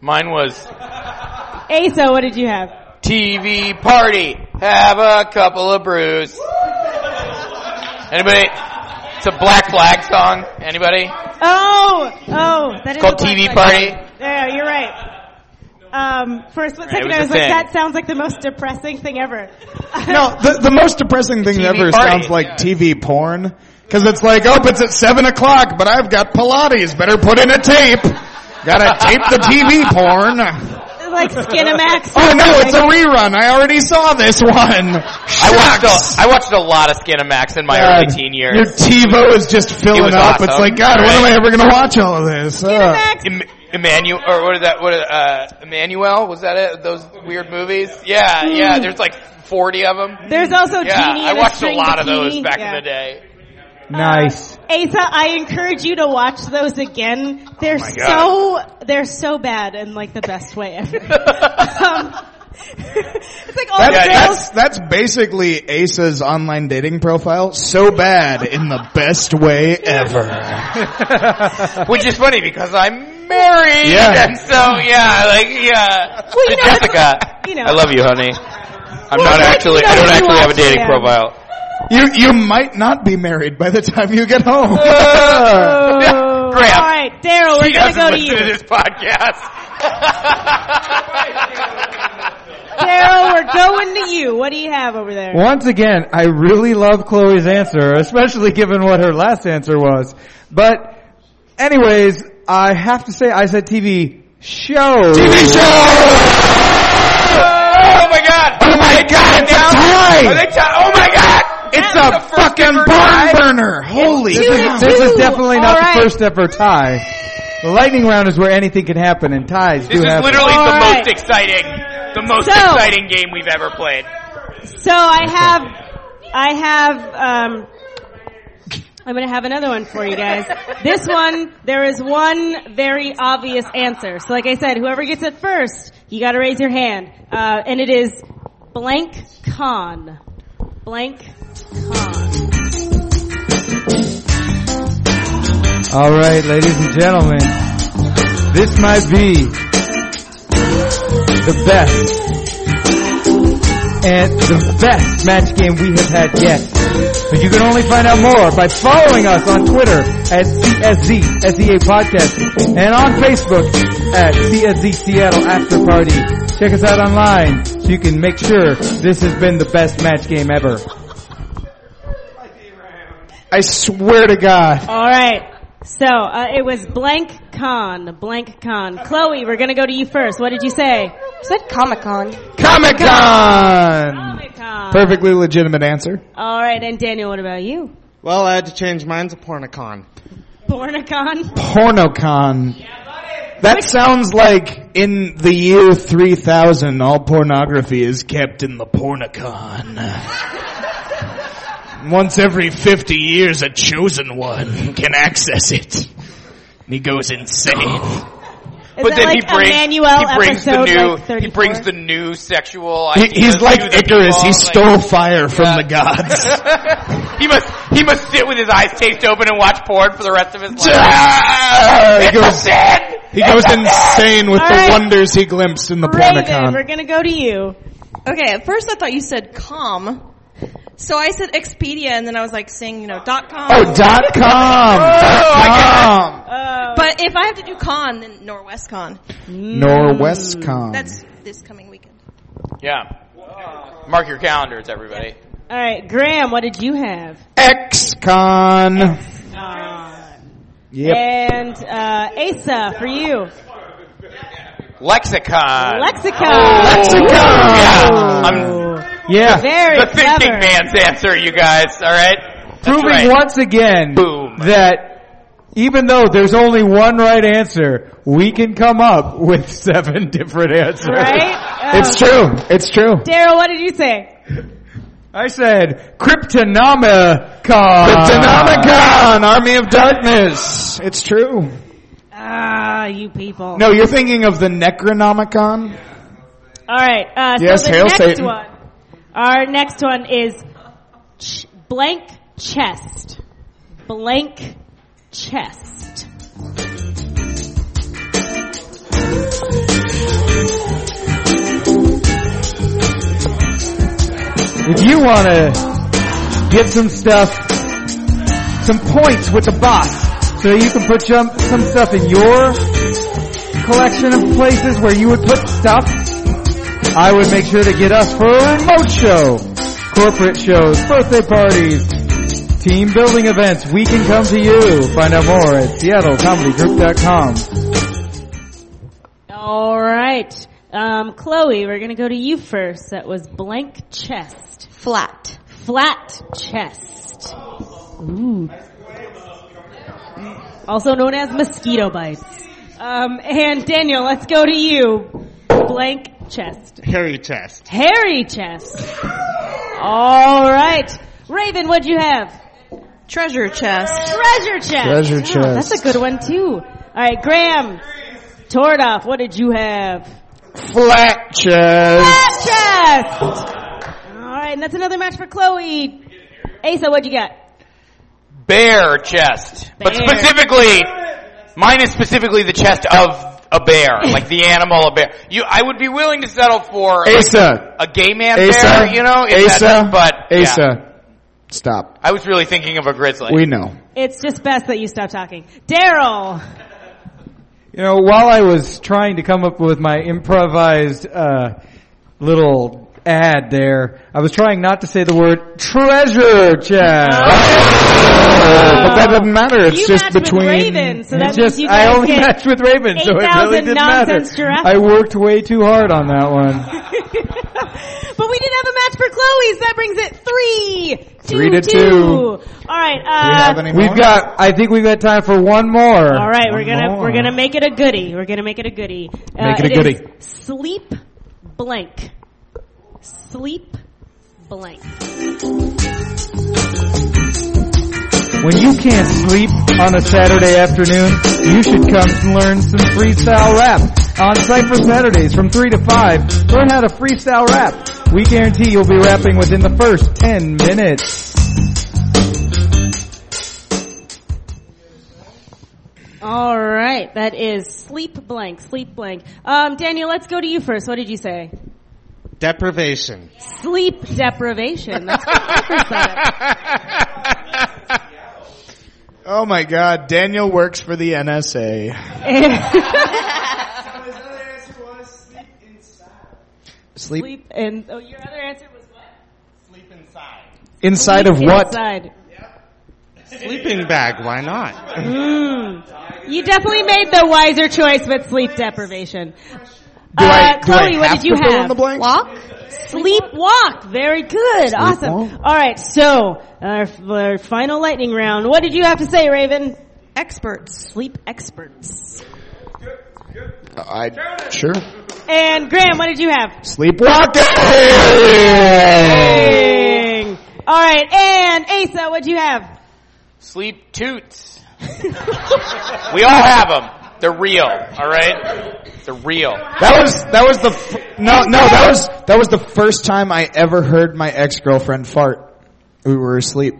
Speaker 2: Mine was
Speaker 1: Asa, what did you have?
Speaker 2: TV party. Have a couple of brews. Anybody? It's a Black Flag song. Anybody?
Speaker 1: Oh, oh, that is
Speaker 2: called
Speaker 1: a black
Speaker 2: TV
Speaker 1: flag.
Speaker 2: party.
Speaker 1: Yeah, you're right. Um, for a split second,
Speaker 2: was
Speaker 1: I was
Speaker 2: a
Speaker 1: like,
Speaker 2: thing.
Speaker 1: that sounds like the most depressing thing ever.
Speaker 9: No, the, the most depressing thing
Speaker 2: TV
Speaker 9: ever
Speaker 2: party.
Speaker 9: sounds like TV porn. Cause it's like, oh, it's at seven o'clock, but I've got Pilates. Better put in a tape. Gotta tape the TV porn.
Speaker 2: Oh,
Speaker 1: like Skinamax.
Speaker 9: Oh no, it's a rerun. I already saw this one.
Speaker 2: I watched a, I watched a lot of Skinamax in my early teen years.
Speaker 9: Your TiVo is just
Speaker 2: It
Speaker 9: filling
Speaker 2: was
Speaker 9: up. It's
Speaker 2: awesome.
Speaker 9: like, God, when am I ever gonna watch all of this? Ugh.
Speaker 1: Skinamax.
Speaker 2: Em- Emmanuel, or what is that? What is- uh, Emmanuel? Was that it? Those weird movies? Yeah, yeah. There's like 40 of them.
Speaker 1: There's also
Speaker 2: Yeah,
Speaker 1: Genie.
Speaker 2: I
Speaker 1: and
Speaker 2: watched a
Speaker 1: string
Speaker 2: lot of
Speaker 1: bikini.
Speaker 2: those back
Speaker 1: Yeah.
Speaker 2: in the day.
Speaker 3: nice.
Speaker 1: Asa, I encourage you to watch those again.
Speaker 2: Oh
Speaker 1: They're so they're so bad in like the best way ever. um, it's like all
Speaker 9: That-
Speaker 1: the girls.
Speaker 9: that's, that's basically Asa's online dating profile. So bad in the best way ever.
Speaker 2: Which is funny because I'm married.
Speaker 9: Yeah.
Speaker 2: And so, yeah, like, yeah.
Speaker 1: Well, you know,
Speaker 2: Jessica.
Speaker 1: you know.
Speaker 2: I love you, honey. I'm
Speaker 1: Well,
Speaker 2: not
Speaker 1: like,
Speaker 2: actually,
Speaker 1: you know,
Speaker 2: I don't
Speaker 1: you
Speaker 2: actually have a
Speaker 1: watch
Speaker 2: dating
Speaker 1: them.
Speaker 2: profile.
Speaker 9: You you might not be married by the time you get
Speaker 1: Oh.
Speaker 9: home.
Speaker 2: Graham.
Speaker 1: All right, Daryl, we're
Speaker 2: she
Speaker 1: gonna
Speaker 2: doesn't
Speaker 1: go to
Speaker 2: listen
Speaker 1: you.
Speaker 2: to this podcast.
Speaker 1: Daryl, we're going to you. What do you have over there?
Speaker 3: Once again, I really love Chloe's answer, especially given what her last answer was. But, anyways, I have to say I said TV show.
Speaker 9: TV show!
Speaker 2: oh my god!
Speaker 9: Oh my god, it's a
Speaker 2: Are
Speaker 9: tie!
Speaker 2: they ta- oh my god!
Speaker 9: It's
Speaker 2: That
Speaker 9: a
Speaker 2: was the first
Speaker 9: fucking
Speaker 2: ever
Speaker 9: barn
Speaker 2: tie.
Speaker 9: burner! Holy
Speaker 3: This
Speaker 9: cow.
Speaker 3: is, this is definitely not
Speaker 1: All right.
Speaker 3: the first ever tie. The lightning round is where anything can happen, and ties
Speaker 2: This is
Speaker 3: do happen.
Speaker 2: literally
Speaker 1: All
Speaker 2: the
Speaker 1: right.
Speaker 2: most exciting, the most
Speaker 1: So-
Speaker 2: exciting game we've ever played.
Speaker 1: So I have, I have, um, I'm gonna have another one for you guys. This one, there is one very obvious answer. So like I said, whoever gets it first, you gotta raise your hand. Uh, and it is blank con. Blank con.
Speaker 3: All right, ladies and gentlemen, this might be the best and the best match game we have had yet. But you can only find out more by following us on Twitter at CSZ SEA E Podcast and on Facebook at CSZ Seattle After Party. Check us out online so you can make sure this has been the best match game ever.
Speaker 9: I swear to God.
Speaker 1: Alright. So, uh, it was blank con. Blank con. Chloe, we're gonna go to you first. What did you say?
Speaker 10: Said Comic Con.
Speaker 9: Comic Con!
Speaker 1: Comic Con.
Speaker 9: Perfectly legitimate answer.
Speaker 1: Alright, and Daniel, what about you?
Speaker 5: Well, I had to change mine to Pornicon.
Speaker 1: Pornicon?
Speaker 9: Pornocon. That sounds like in the year 3000, all pornography is kept in the pornicon. Once every 50 years, a chosen one can access it. And he goes insane.
Speaker 1: Is
Speaker 2: but
Speaker 1: that
Speaker 2: then
Speaker 1: like
Speaker 2: he brings,
Speaker 1: Emmanuel
Speaker 2: he brings the
Speaker 1: episode,
Speaker 2: new,
Speaker 1: like 34?
Speaker 2: he brings the new sexual.
Speaker 9: He-
Speaker 2: ideas
Speaker 9: he's like
Speaker 2: to the
Speaker 9: Icarus.
Speaker 2: people,
Speaker 9: He
Speaker 2: like-
Speaker 9: stole fire from the gods.
Speaker 2: he must, he must sit with his eyes taped open and watch porn for the rest of his life.
Speaker 9: he
Speaker 2: It's a
Speaker 9: goes,
Speaker 2: sin!
Speaker 9: he goes insane with
Speaker 1: All
Speaker 9: the
Speaker 1: right.
Speaker 9: wonders he glimpsed in the
Speaker 1: Raven, we're
Speaker 9: pornicon.
Speaker 1: gonna go to you.
Speaker 7: Okay, at first I thought you said com. So I said Expedia and then I was like saying, you know, dot com.
Speaker 9: Oh, dot com.
Speaker 2: Oh,
Speaker 9: dot com.
Speaker 1: Uh,
Speaker 7: But if I have to do con, then NorwestCon.
Speaker 1: Mm,
Speaker 9: Norwestcon.
Speaker 7: That's this coming weekend.
Speaker 2: Yeah. Mark your calendars, everybody.
Speaker 1: all right, Graham, what did you have?
Speaker 9: XCon. Uh, Yep.
Speaker 1: And uh, Asa for you.
Speaker 2: Lexicon.
Speaker 1: Lexicon.
Speaker 9: Lexicon.
Speaker 2: Oh. Yeah. I'm
Speaker 3: Yeah.
Speaker 1: Very
Speaker 2: the thinking
Speaker 1: clever.
Speaker 2: man's answer, you guys. All right. That's
Speaker 3: Proving
Speaker 2: right.
Speaker 3: once again
Speaker 2: Boom.
Speaker 3: that even though there's only one right answer, we can come up with seven different answers.
Speaker 1: Right? Um,
Speaker 9: It's true. It's true.
Speaker 1: Daryl, what did you say?
Speaker 3: I said Cryptonomicon.
Speaker 9: Uh, Denomicon, Army of Darkness. It's true.
Speaker 1: Ah, you people.
Speaker 9: No, you're thinking of the Necronomicon?
Speaker 1: All right. Uh,
Speaker 9: Yes,
Speaker 1: so the
Speaker 9: hail
Speaker 1: next
Speaker 9: Satan.
Speaker 1: one. Our next one is ch- blank chest. Blank chest.
Speaker 3: If you want to get some stuff, some points with the boss, so you can put some, some stuff in your collection of places where you would put stuff, I would make sure to get us for a remote show, corporate shows, birthday parties, team building events. We can come to you. Find out more at SeattleComedyGroup.com.
Speaker 1: All right. Um, Chloe, we're gonna go to you first. That was blank chest.
Speaker 6: Flat.
Speaker 1: Flat chest. Ooh. Also known as mosquito bites. Um, and Daniel, let's go to you. Blank chest.
Speaker 5: Hairy chest.
Speaker 1: Hairy chest. All right. Raven, what'd you have?
Speaker 7: Treasure chest.
Speaker 1: Treasure chest.
Speaker 9: Treasure
Speaker 1: Yeah, That's
Speaker 9: chest.
Speaker 1: a good one too. All right, Graham. Tordoff, what did you have?
Speaker 9: Flat chest.
Speaker 1: Flat chest. All right, and that's another match for Chloe. Asa, what'd you got?
Speaker 2: Bear chest. But
Speaker 1: Bear.
Speaker 2: specifically, mine is specifically the chest of a bear, like the animal a bear. You, I would be willing to settle for a,
Speaker 9: Asa.
Speaker 2: gay man
Speaker 9: Asa.
Speaker 2: bear, you know, if
Speaker 9: Asa.
Speaker 2: that- but yeah.
Speaker 9: Asa. Stop.
Speaker 2: I was really thinking of a grizzly.
Speaker 9: We know.
Speaker 1: It's just best that you stop talking. Daryl.
Speaker 3: You know, while I was trying to come up with my improvised uh, little ad there, I was trying not to say the word treasure
Speaker 1: Oh,
Speaker 3: chest.
Speaker 9: but that doesn't matter. It's
Speaker 1: Uh, you
Speaker 9: just
Speaker 1: matched with
Speaker 9: between.
Speaker 1: Raven, so that
Speaker 3: It's just
Speaker 1: means you guys
Speaker 3: I only
Speaker 1: get
Speaker 3: matched with Raven, so it really
Speaker 1: 8,000
Speaker 3: didn't matter.
Speaker 1: nonsense giraffes.
Speaker 3: I worked way too hard on that one.
Speaker 1: but we didn't have a match for Chloe's. That brings it three.
Speaker 9: Three to two.
Speaker 1: All right. Uh,
Speaker 3: We've got. I think we've got time for one more.
Speaker 1: all right. We're gonna
Speaker 9: more.
Speaker 1: we're gonna make it a goodie. We're gonna make it a goodie. Uh,
Speaker 9: Make it a
Speaker 1: is
Speaker 9: goodie.
Speaker 1: sleep blank. Sleep blank.
Speaker 3: When you can't sleep on a Saturday afternoon, you should come to learn some freestyle rap. On site for Saturdays from 3 to 5, learn how to freestyle rap. We guarantee you'll be rapping within the first 10 minutes.
Speaker 1: All right. That is sleep blank. Sleep blank. Um, Daniel, let's go to you first. What did you say?
Speaker 5: Deprivation.
Speaker 1: Sleep deprivation. That's what Piper said.
Speaker 9: Oh my god, Daniel works for the NSA. Sleep
Speaker 1: sleep and oh, your other answer was what?
Speaker 9: inside of what?
Speaker 1: Inside.
Speaker 5: Sleeping bag, why not?
Speaker 1: Mm. You definitely made the wiser choice with sleep deprivation.
Speaker 9: Do I,
Speaker 1: uh,
Speaker 9: do
Speaker 1: Chloe,
Speaker 9: I
Speaker 1: what
Speaker 9: have
Speaker 1: did you
Speaker 9: to
Speaker 1: have?
Speaker 9: Fill in the blank?
Speaker 6: Walk.
Speaker 1: Sleep walk. Very good. awesome.
Speaker 9: walk.
Speaker 1: All right. So our, our final lightning round. What did you have to say, Raven?
Speaker 7: Experts.
Speaker 1: Sleep experts.
Speaker 9: I sure
Speaker 1: And Graham, what did you have?
Speaker 9: sleepwalking.
Speaker 1: Ding. All right, and Asa, what'd you have?
Speaker 2: Sleep toots. we all have them. They're real, alright? They're real.
Speaker 9: That was that was the f- no no that was that was the first time I ever heard my ex girlfriend fart. We were asleep,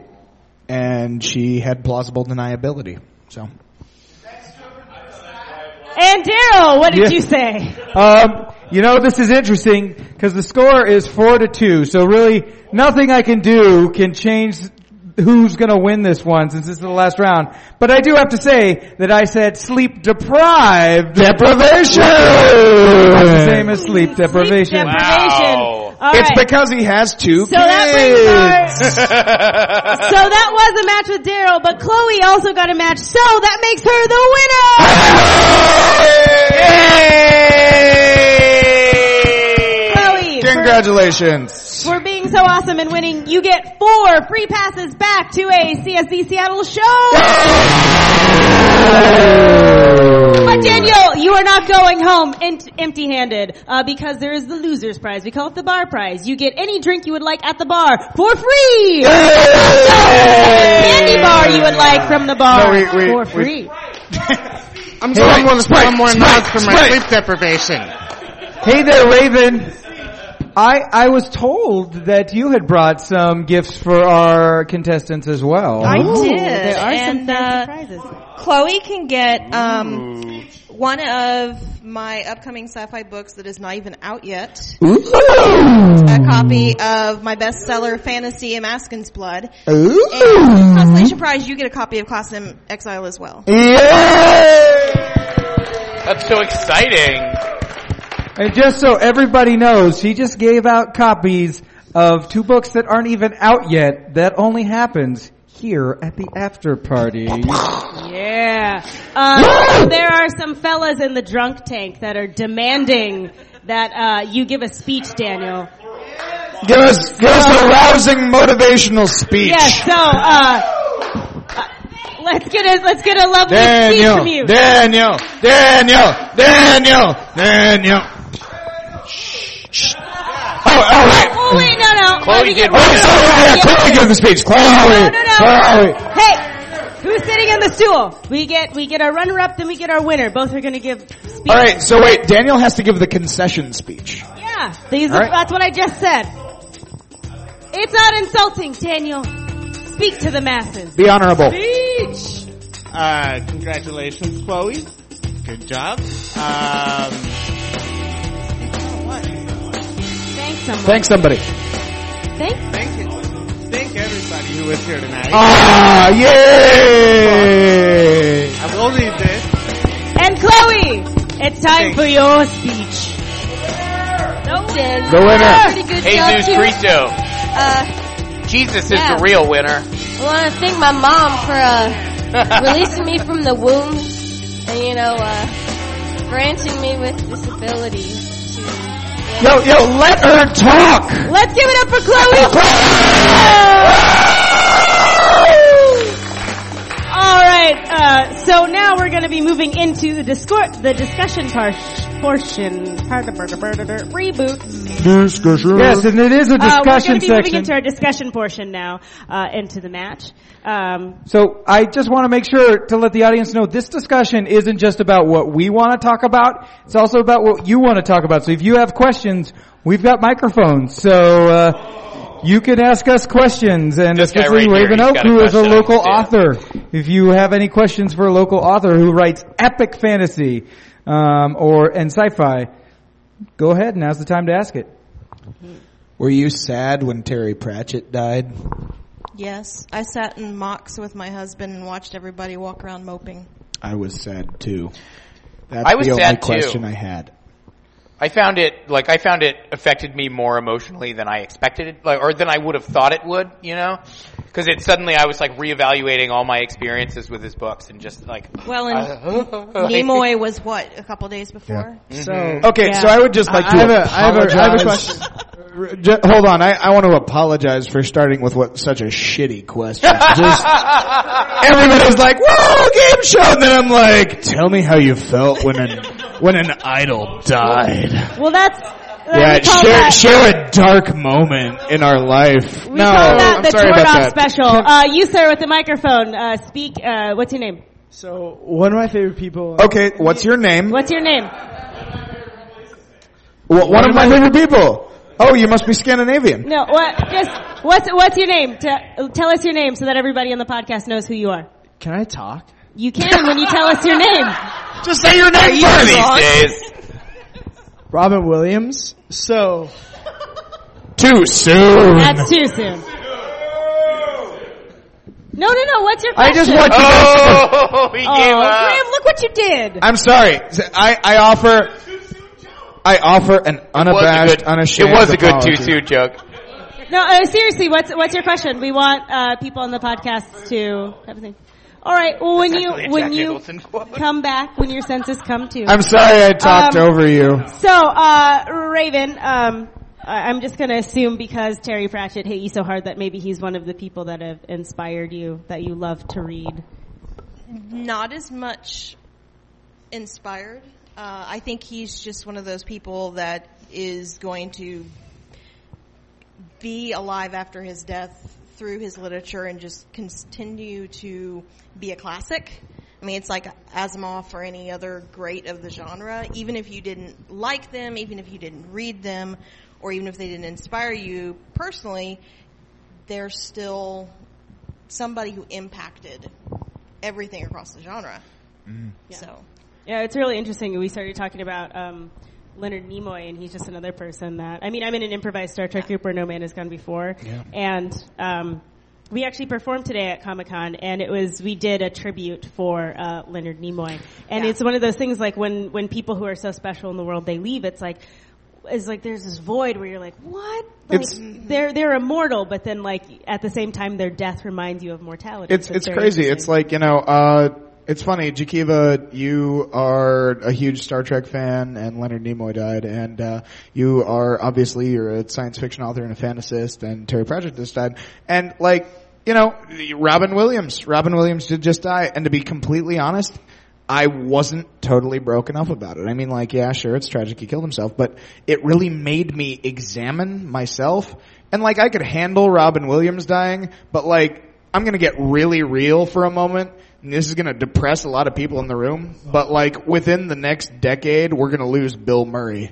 Speaker 9: and she had plausible deniability. So
Speaker 1: And Daryl, what did
Speaker 3: Yeah.
Speaker 1: you say?
Speaker 3: Um, you know, this is interesting because the score is four to two. So really, nothing I can do can change who's going to win this one since this is the last round. But I do have to say that I said sleep deprived.
Speaker 9: deprivation.
Speaker 3: the same as sleep
Speaker 1: Sleep
Speaker 3: deprivation.
Speaker 1: deprivation.
Speaker 2: Wow.
Speaker 1: All
Speaker 9: It's
Speaker 1: right.
Speaker 9: because he has two
Speaker 1: so that brings
Speaker 9: kids.
Speaker 1: our, so that was a match with Daryl, but Chloe also got a match, so that makes her the winner! Chloe, for,
Speaker 9: Congratulations.
Speaker 1: for being so awesome and winning, you get four free passes back to a CSD Seattle show. But Daniel, you are not going home ent- empty-handed uh, because there is the losers prize. We call it the bar prize. You get any drink you would like at the bar for free. Candy bar you would like from the bar
Speaker 9: No, wait, wait,
Speaker 1: for
Speaker 9: wait.
Speaker 1: free.
Speaker 5: I'm someone with
Speaker 9: Sprite,
Speaker 5: one more nod
Speaker 9: Sprite,
Speaker 5: for my
Speaker 9: Sprite.
Speaker 5: sleep deprivation.
Speaker 3: Hey there, Raven. I I was told that you had brought some gifts for our contestants as well.
Speaker 7: I
Speaker 1: Ooh,
Speaker 7: did.
Speaker 1: There are some
Speaker 7: and
Speaker 1: fancy
Speaker 7: uh,
Speaker 1: prizes.
Speaker 7: Chloe can get um, one of my upcoming sci-fi books that is not even out yet. A copy of my bestseller, Fantasy in Maskin's Blood. And consolation prize, you get a copy of Costume Exile as well.
Speaker 2: That's so exciting.
Speaker 3: And just so everybody knows, she just gave out copies of two books that aren't even out yet. That only happens here at the after party.
Speaker 1: Yeah. Um, there are some fellas in the drunk tank that are demanding that uh, you give a speech, Daniel.
Speaker 9: Give us, give us a rousing motivational speech.
Speaker 1: Yes. So uh, uh, let's get a let's get a lovely speech from you.
Speaker 9: Daniel, Daniel, Daniel, Daniel, Daniel. Shh, shh. Oh, oh, wait.
Speaker 1: oh wait, no, no.
Speaker 2: Chloe
Speaker 1: Let me get
Speaker 2: did
Speaker 1: one.
Speaker 9: Wait, sorry, yeah, Chloe give the speech. Chloe.
Speaker 1: No, no, no.
Speaker 9: Chloe.
Speaker 1: Hey, who's sitting on the stool? We get we get our runner up, then we get our winner. Both are going to give speech.
Speaker 9: All right, so wait, Daniel has to give the concession speech.
Speaker 1: Yeah, these
Speaker 9: All right.
Speaker 1: that's what I just said. It's not insulting, Daniel. Speak to the masses.
Speaker 9: Be honorable.
Speaker 1: Speech.
Speaker 5: Uh, congratulations, Chloe. Good job. Um,
Speaker 1: Thanks, someone.
Speaker 9: Thank somebody.
Speaker 1: Thank.
Speaker 5: thank you. Thank everybody who was here tonight.
Speaker 9: Ah, yay!
Speaker 5: I will read this.
Speaker 1: And Chloe, it's time for your speech.
Speaker 6: No did.
Speaker 9: The winner.
Speaker 6: Pretty good job,
Speaker 2: Jesus
Speaker 6: too.
Speaker 2: Cristo.
Speaker 6: Uh,
Speaker 2: Jesus is
Speaker 6: Yeah.
Speaker 2: the real winner.
Speaker 6: I want to thank my mom for uh, releasing me from the womb and, you know, uh, granting me with this ability to. you know,
Speaker 9: Yo, yo, let her talk!
Speaker 1: Let's give it up for Chloe. All right. Uh, so now we're going to be moving into the discor- the discussion par- portion. Part of reboot.
Speaker 9: Discussion.
Speaker 3: Yes, and it is a
Speaker 1: Uh, we're
Speaker 3: discussion
Speaker 1: going to be moving
Speaker 3: section.
Speaker 1: into our discussion portion now, uh, into the match. Um,
Speaker 3: so I just want to make sure to let the audience know this discussion isn't just about what we want to talk about. It's also about what you want to talk about. So if you have questions, we've got microphones. So. Uh, you can ask us questions, and
Speaker 2: This guy
Speaker 3: especially
Speaker 2: right here,
Speaker 3: Raven
Speaker 2: he's
Speaker 3: Oak,
Speaker 2: got a
Speaker 3: who is a
Speaker 2: question.
Speaker 3: local
Speaker 2: Yeah.
Speaker 3: author. If you have any questions for a local author who writes epic fantasy um, or and sci-fi, go ahead. Now's the time to ask it.
Speaker 9: Were you sad when Terry Pratchett died?
Speaker 7: Yes, I sat in mocks with my husband and watched everybody walk around moping.
Speaker 9: I was sad too. That's
Speaker 2: I was
Speaker 9: the only
Speaker 2: sad, too.
Speaker 9: question I had.
Speaker 2: I found it, like, I found it affected me more emotionally than I expected it, like, or than I would have thought it would, you know? Cause it suddenly I was like reevaluating all my experiences with his books and just like,
Speaker 7: Well, and
Speaker 2: uh,
Speaker 7: Nimoy was what, a couple days before?
Speaker 1: so
Speaker 9: Okay, so I would just like to
Speaker 1: Mm-hmm. I have
Speaker 9: apologize. question. hold on, I, I want to apologize for starting with what such a shitty question. Just everybody's like, "Whoa, game show!" And then I'm like, "Tell me how you felt when an when an idol died.
Speaker 1: Well, that's uh,
Speaker 9: Yeah,
Speaker 1: we call
Speaker 9: share,
Speaker 1: that-
Speaker 9: share a dark moment in our life.
Speaker 1: we
Speaker 9: no,
Speaker 1: call that
Speaker 9: I'm
Speaker 1: the
Speaker 9: sorry
Speaker 1: torn
Speaker 9: about
Speaker 1: off
Speaker 9: that.
Speaker 1: special. Uh, you sir with the microphone. Uh, speak. Uh, what's your name?
Speaker 12: So one of my favorite people.
Speaker 9: Okay, what's your name?
Speaker 1: What's your name?
Speaker 9: Wh- one of my favorite people. Oh, you must be Scandinavian.
Speaker 1: No. What? Just what's what's your name? Te- tell us your name so that everybody on the podcast knows who you are.
Speaker 12: Can I talk?
Speaker 1: You can when you tell us your name.
Speaker 2: Just say your name for these days.
Speaker 12: Robin Williams. So
Speaker 9: Too soon.
Speaker 1: That's too soon. No, no, no. What's your
Speaker 9: I
Speaker 1: question?
Speaker 9: just want you guys to-
Speaker 2: Oh, he
Speaker 1: Oh,
Speaker 2: gave up.
Speaker 1: Graham, look what you did.
Speaker 9: I'm sorry. I, I offer, I offer an unabashed,
Speaker 2: it
Speaker 9: unashamed
Speaker 2: was a good too
Speaker 9: apology.
Speaker 2: soon joke.
Speaker 1: No, uh, seriously, what's what's your question? We want uh, people on the podcast to have a thing. All right. Well, when
Speaker 2: actually
Speaker 1: you
Speaker 2: a
Speaker 1: when
Speaker 2: Jack
Speaker 1: you
Speaker 2: Nicholson quote.
Speaker 1: come back, when your senses come to.
Speaker 9: I'm sorry I talked
Speaker 1: Um,
Speaker 9: over you.
Speaker 1: so, uh, Raven, um, I- I'm just gonna assume because Terry Pratchett hit you so hard that maybe he's one of the people that have inspired you that you love to read.
Speaker 7: Not as much inspired. Uh, I think he's just one of those people that is going to be alive after his death through his literature and just continue to be a classic. I mean, it's like Asimov or any other great of the genre. Even if you didn't like them, even if you didn't read them, or even if they didn't inspire you personally, they're still somebody who impacted everything across the genre.
Speaker 4: Mm.
Speaker 7: So,
Speaker 1: Yeah, it's really interesting. We started talking about um, Leonard Nimoy, and he's just another person that. I mean, I'm in an improvised Star Trek group where No Man Has Gone Before, and um, we actually performed today at Comic Con, and it was we did a tribute for uh, Leonard Nimoy, and
Speaker 7: Yeah.
Speaker 1: it's one of those things like when when people who are so special in the world they leave, it's like. It's like there's this void where you're like, what? Like,
Speaker 9: It's-
Speaker 1: they're they're immortal, but then like at the same time, their death reminds you of mortality.
Speaker 9: It's
Speaker 1: So
Speaker 9: it's
Speaker 1: very
Speaker 9: crazy.
Speaker 1: interesting.
Speaker 9: It's like you know. uh It's funny, Jakiva. You are a huge Star Trek fan, and Leonard Nimoy died, and uh you are obviously you're a science fiction author and a fantasist, and Terry Pratchett just died, and like you know, Robin Williams. Robin Williams did just die, and to be completely honest. I wasn't totally broken up about it. I mean, like, yeah, sure, it's tragic he killed himself, but it really made me examine myself. And like, I could handle Robin Williams dying, but like, I'm gonna get really real for a moment, and this is gonna depress a lot of people in the room, but like, within the next decade, we're gonna lose Bill Murray.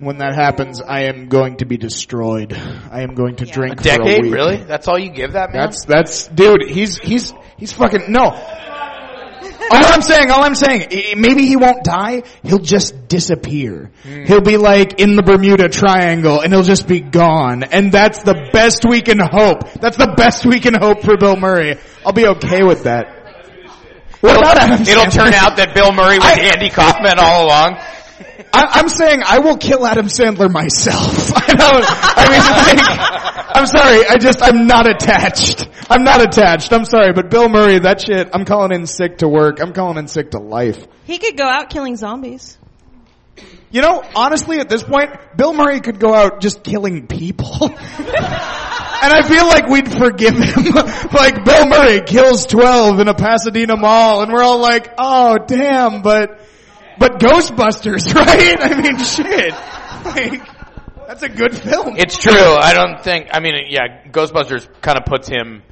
Speaker 9: When that happens, I am going to be destroyed. I am going to drink for a
Speaker 2: Decade,
Speaker 9: week.
Speaker 2: really? That's all you give that man?
Speaker 9: That's that's dude. He's he's he's fucking no. All I'm saying, all I'm saying, i- maybe he won't die. He'll just disappear.
Speaker 2: Hmm.
Speaker 9: He'll be like in the Bermuda Triangle, and he'll just be gone. And that's the best we can hope. That's the best we can hope for Bill Murray. I'll be okay with that. What about Adam
Speaker 2: it'll, it'll
Speaker 9: Sandler?
Speaker 2: turn out that Bill Murray was
Speaker 9: I-
Speaker 2: Andy Kaufman all along.
Speaker 9: I, I'm saying I will kill Adam Sandler myself. I don't. I mean, like, I'm sorry. I just I'm not attached. I'm not attached. I'm sorry, but Bill Murray, that shit. I'm calling in sick to work. I'm calling in sick to life.
Speaker 7: he could go out killing zombies.
Speaker 9: You know, honestly, at this point, Bill Murray could go out just killing people. And I feel like we'd forgive him. like, Bill Murray kills 12 in a Pasadena mall, and we're all like, oh, damn, but, but Ghostbusters, right? I mean, shit. Like, that's a good film.
Speaker 2: It's true. I don't think. I mean, yeah, Ghostbusters kind of puts him